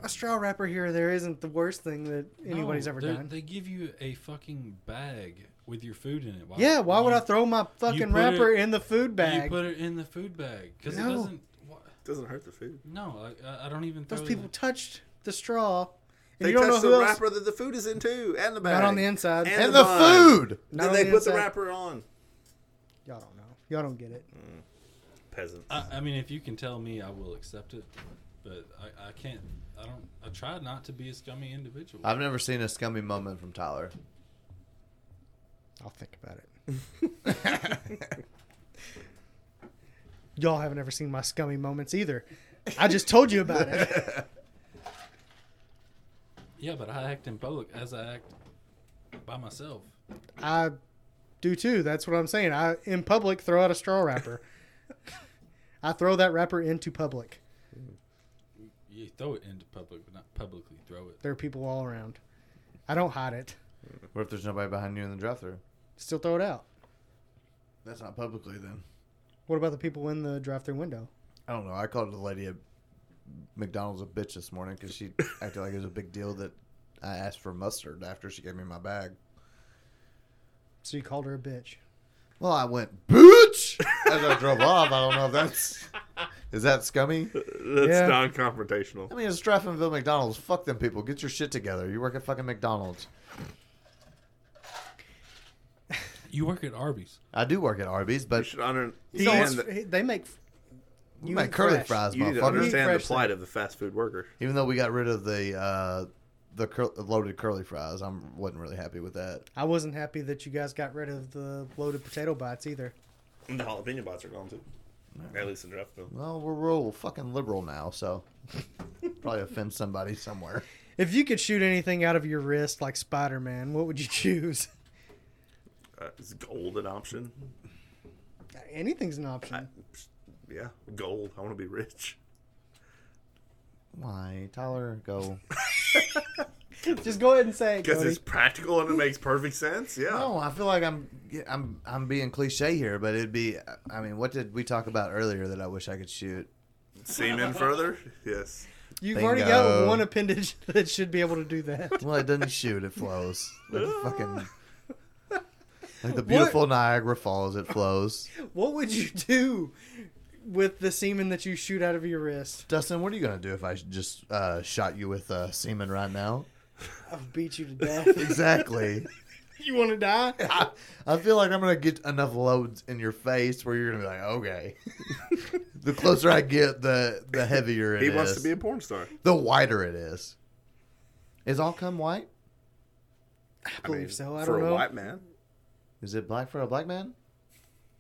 a straw wrapper here or there isn't the worst thing that anybody's No, ever they- done. They give you a fucking bag with your food in it. Why, yeah, why would you- I throw my fucking put wrapper it- in the food You bag? put it in the food bag because No. it doesn't. wha- doesn't hurt the food. No, I- I, I don't even. Throw Those it people in- touched the straw. And They you don't know touch who the else. wrapper that the food is in too, and the bag. Not on the inside. And and the the bun. food. Not Then on they put the inside. wrapper on. Y'all don't know. Y'all don't get it. Mm. Peasants. Uh, I, I mean, if you can tell me, I will accept it. But I, I can't. I don't. I try not to be a scummy individual. I've never seen a scummy moment from Tyler. I'll think about it. [laughs] [laughs] Y'all haven't ever seen my scummy moments either. I just told you about it. yeah, but I act in public as I act by myself. I do too. That's what I'm saying. I in public throw out a straw wrapper. I throw that wrapper into public. You throw it into public, but not publicly throw it. There are people all around. I don't hide it. What if there's nobody behind you in the drive-through? Still throw it out. That's not publicly then. What about the people in the drive-through window? I don't know. I called the lady at McDonald's a bitch this morning because [laughs] she acted like it was a big deal that I asked for mustard after she gave me my bag. So you called her a bitch. Well, I went bitch as I drove off. I don't know if that's is that scummy. That's Yeah. non-confrontational. I mean, it's Stratfordville McDonald's. Fuck them people. Get your shit together. You work at fucking McDonald's. You work at Arby's. I do work at Arby's, You but should honor. He You, eats- and he- they make you you my eat curly fresh. fries, you need to motherfucker. understand the Refresh plight of the fast food worker. Even though we got rid of the uh, the cur- loaded curly fries, I wasn't really happy with that. I wasn't happy that you guys got rid of the loaded potato bites either. And the jalapeno bites are gone too. At least in Draftville. Well, we're real fucking liberal now, so [laughs] probably offend somebody somewhere. If you could shoot anything out of your wrist like Spider Man, what would you [laughs] choose? Uh, is gold an option? Anything's an option. Yeah, gold. I want to be rich. Why, Tyler? Go. Just go ahead and say it, Because Cody. it's practical and it makes perfect sense. Yeah. No, Oh, I feel like I'm I'm I'm being cliche here, but it'd be. I mean, what did we talk about earlier that I wish I could shoot? Semen further? Yes. You've already got Bingo. one appendage [laughs] that should be able to do that. [laughs] Well, it doesn't shoot; it flows. Like fucking. Like the beautiful Niagara Falls, it flows. What would you do with the semen that you shoot out of your wrist? Dustin, what are you gonna do if I just uh, shot you with uh, semen right now? I'll beat you [laughs] to death. Exactly. [laughs] you want to die? I, I feel like I'm gonna get enough loads in your face where you're gonna be like, okay. [laughs] the closer I get, the the heavier it He is. wants to be a porn star. the whiter it is. Is all cum white? I believe so. I for don't a know. white man. [laughs] Is it black for a black man?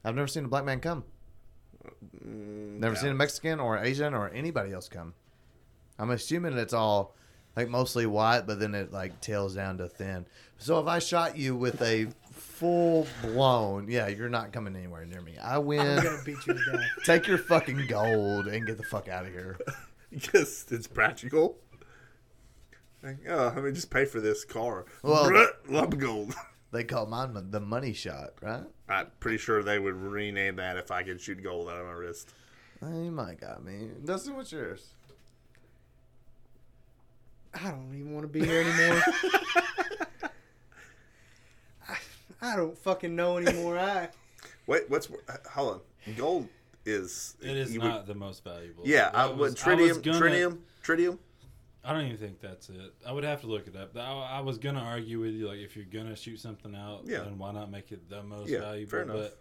I've never seen a black man come. Never seen a Mexican or Asian or anybody else come. I'm assuming it's all like mostly white, but then it like tails down to thin. So if I shot you with a full blown, yeah, you're not coming anywhere near me. I I'm win. gonna beat you [laughs] to death. Take your fucking gold and get the fuck out of here. Because it's practical. Like, oh, I mean, just pay for this car. Well- [laughs] Bruh, lump gold. They call mine mon- the money shot, right? I'm pretty sure they would rename that if I could shoot gold out of my wrist. Oh, you might got me. Dustin, what's yours? I don't even want to be [laughs] here anymore. I, I don't fucking know anymore. I Wait, what's uh, hold on? Gold is It is you would- not the most valuable. yeah, That I would was- I tritium, was gonna- tritium, tritium. I don't even think that's it. I would have to look it up. I, I was gonna argue with you, like if you're gonna shoot something out, Yeah. then why not make it the most Yeah, valuable? fair enough. But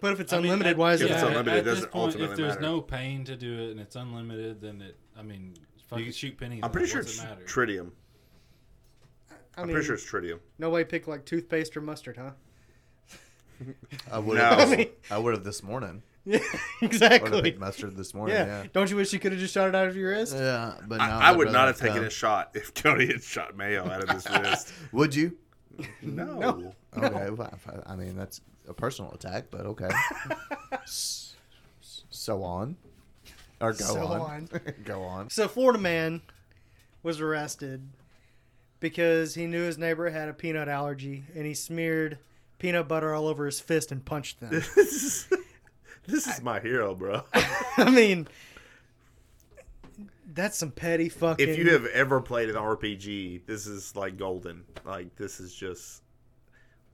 But if it's I mean, unlimited, at- why is it? If it's yeah, bad? unlimited, at it doesn't this point, ultimately if there's matter. no pain to do it and it's unlimited, then it. I mean, fucking shoot pennies. I'm pretty sure What's it's it matter? tritium. I I'm mean, pretty sure it's tritium. no way pick like toothpaste or [laughs] mustard, huh? [laughs] I would No. have. I would have this morning. Yeah, I would have exactly. picked mustard this morning. Yeah. Yeah. Uh, Don't you wish you could have just shot it out of your wrist? Yeah, but no, I, I I'd would rather not have taken come. a shot if [laughs] Cody had shot mayo out of [laughs] his wrist. Would you? No. [laughs] Okay, well, I- I mean that's a personal attack, but [laughs] okay. S- s- so on, or go So [laughs] on, go on. So Florida man was arrested because he knew his neighbor had a peanut allergy and he smeared peanut butter all over his fist and punched [laughs] them. [laughs] this is this is my hero, bro. I mean, that's some petty fucking. if you have ever played an RPG, this is like golden. Like this is just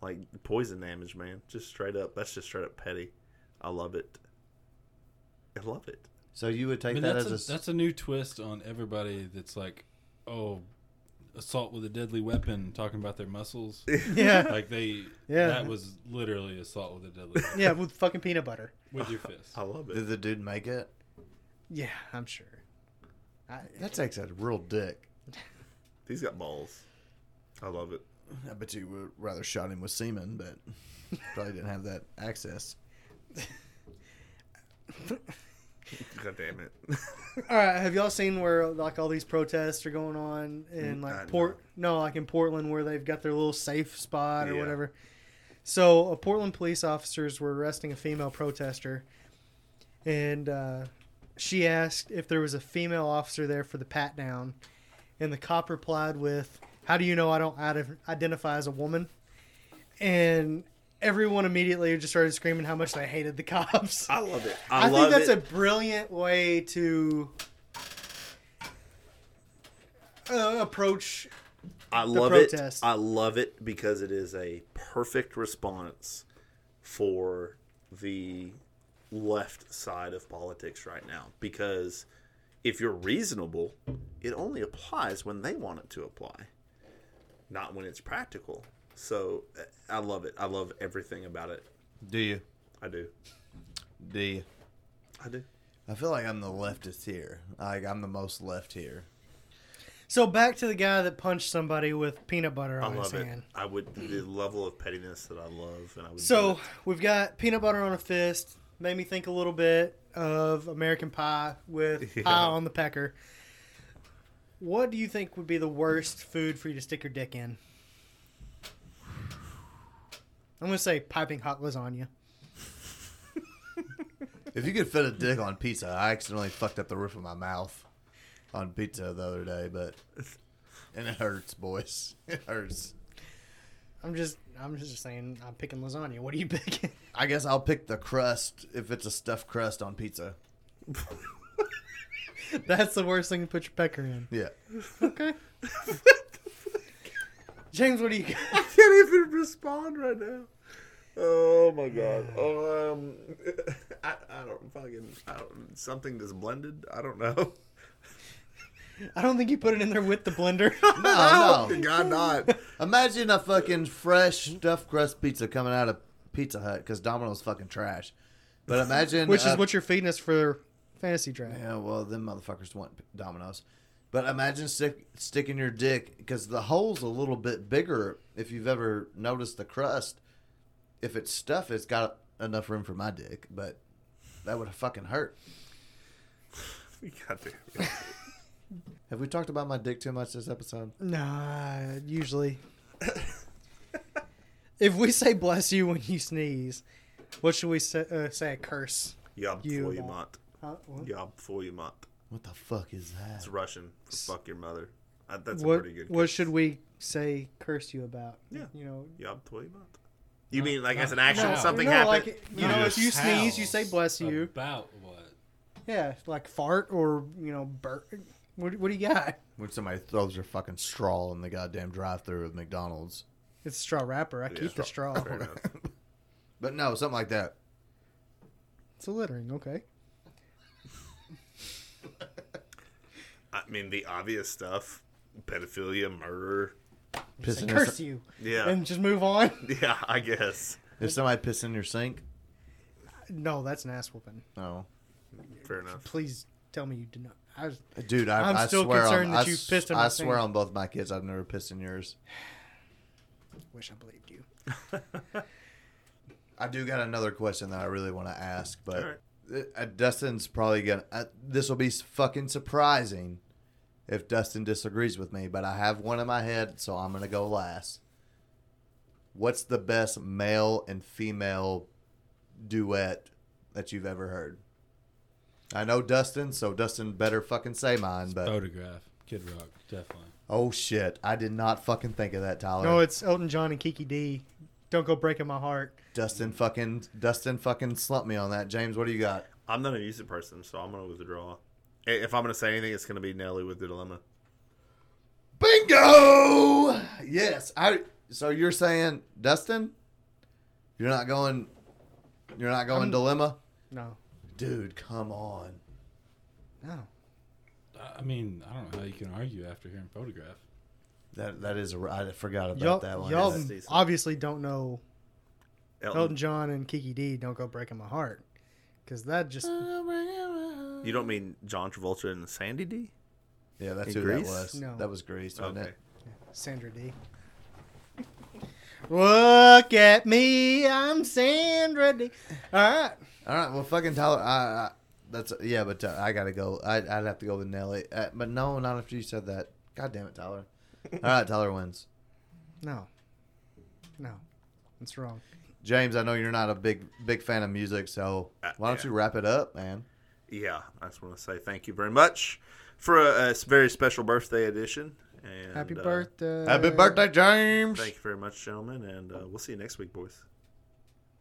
like poison damage, man. Just straight up. That's just straight up petty. I love it. I love it. So you would I take mean, that that's, as a, a, s- that's a new twist on everybody that's like, oh, assault with a deadly weapon, talking about [laughs] their muscles. [laughs] yeah, like they, Yeah. that was literally assault with a deadly weapon, yeah, with fucking peanut butter. [laughs] with your fist. I love did it. the dude make it? Yeah, I'm sure. I, That takes a real dick. He's got balls. I love it. I bet you would rather shot him with semen, but probably didn't have that access. God damn it. all right, have y'all seen where like all these protests are going on in Mm, I like Port? No, like in Portland where they've got their little safe spot or Yeah. whatever. So, uh, Portland police officers were arresting a female protester, and uh, she asked if there was a female officer there for the pat down, and the cop replied with, "How do you know I don't ide- identify as a woman?" And everyone immediately just started screaming how much they hated the [laughs] cops. I love it. [laughs] I, I, love think that's it. a brilliant way to uh, approach. I love it. protest. I love it because it is a perfect response for the left side of politics right now. Because if you're reasonable, it only applies when they want it to apply, not when it's practical. So uh, I love it. I love everything about it. Do you? I do. Do you? I do. I feel like I'm the leftist here. Like I'm the most left here. So back to the guy that punched somebody with peanut butter I on his love it. hand. I would the level of pettiness that I love, and I would. do So it. we've got peanut butter on a fist. Made me think a little bit of American Pie with [laughs] Yeah. pie on the pecker. What do you think would be the worst food for you to stick your dick in? I'm gonna say piping hot lasagna. If you could fit a dick on pizza, I accidentally fucked up the roof of my mouth on pizza the other day, but and it hurts, boys. [laughs] It hurts. I'm just, I'm just saying, I'm picking lasagna. What are you [laughs] picking? I guess I'll pick the crust if it's a stuffed crust on pizza. That's the worst thing to put your pecker in. Yeah. Okay. [laughs] James, what do you got? can't even respond right now. Oh [sighs] my god. Um, I, I don't fucking. I don't, something that's blended. I don't know. [laughs] I don't think you put it in there with the [laughs] blender. No, To no. God, [laughs] not. Imagine a fucking fresh stuffed crust pizza coming out of Pizza Hut because Domino's fucking trash. But imagine Which uh, is what you're feeding us for fantasy draft. Yeah, well, them motherfuckers want dominoes. But imagine stick, sticking your dick because the hole's a little bit bigger. If you've ever noticed the crust, if it's stuffed, it's got enough room for my dick. But That would have fucking hurt. God damn. Have we talked about my dick too much this episode? Nah, usually. [laughs] if we say bless you when you sneeze, what should we say? Uh, say a curse. Yob You for you won't. mont. Huh? What? Yob for you mont. What the fuck is that? It's Russian for fuck your mother. Uh, that's a what, pretty good. what guess. should we say curse you about? Yeah. You know, Yob for you mont. You mean like no. as an action, No, something no, happened? like, you know, if you Just sneeze, you howls say bless you. About what? Yeah, like fart or, you know, burp. What, what do you got? When somebody throws their fucking straw in the goddamn drive-through of McDonald's. It's straw wrapper. I Yeah. keep the straw. Fair enough. But no, something like that. [laughs] it's a littering. Okay. I mean, the obvious stuff: pedophilia, murder. Say Pissing in curse you. Yeah, And just move on. [laughs] yeah. I guess. If somebody pissing in your sink, No, that's an ass whooping. no. Fair enough. Please tell me you did not. I was, Dude, I, I'm I still swear concerned on, that I, you s- pissed in my I swear sink. on both my kids, I've never pissed in yours. wish I believed you. I do got another question that I really want to ask, All right. but uh, Dustin's probably gonna. Uh, this will be s- fucking surprising if Dustin disagrees with me, but I have one in my head, so I'm gonna go last. What's the best male and female duet that you've ever heard? I know Dustin, so Dustin better fucking say mine. But Photograph. Kid Rock. Definitely. oh shit, I did not fucking think of that, Tyler. No, it's Elton John and Kiki D. Don't go breaking my heart. Dustin fucking Dustin fucking slumped me on that. James, what do you got? I'm not a music person, so I'm gonna withdraw. I- If I'm gonna say anything, it's gonna be Nelly with the dilemma. Bingo! Yes, I. So you're saying Dustin? You're not going. You're not going dilemma, No, dude. Come on. no. I- I mean, I don't know how you can argue after hearing photograph. That that is. a- I forgot about Y'all, that one. y'all That's- decent. obviously don't know Elton Elton, John and Kiki D. Don't go breaking my heart, because that just Uh, you don't mean John Travolta and Sandy D? yeah, that's In who Greece? that was. No. That was Greece, wasn't Okay. it? Sandra D. Look at me, I'm Sandra D. All right, All right. Well, fucking Tyler. I, I, that's yeah, but uh, I gotta go. I, I'd have to go with Nelly. Uh, but no, not after you said that. God damn it, [laughs] Tyler. All right, Tyler wins. no, no, that's wrong. James, I know you're not a big big fan of music, so Uh, why don't yeah. you wrap it up, man? Yeah, I just want to say thank you very much for a, a very special birthday edition. And Happy uh, birthday! Uh, Happy birthday, James. Thank you very much, gentlemen, and uh, we'll see you next week, boys.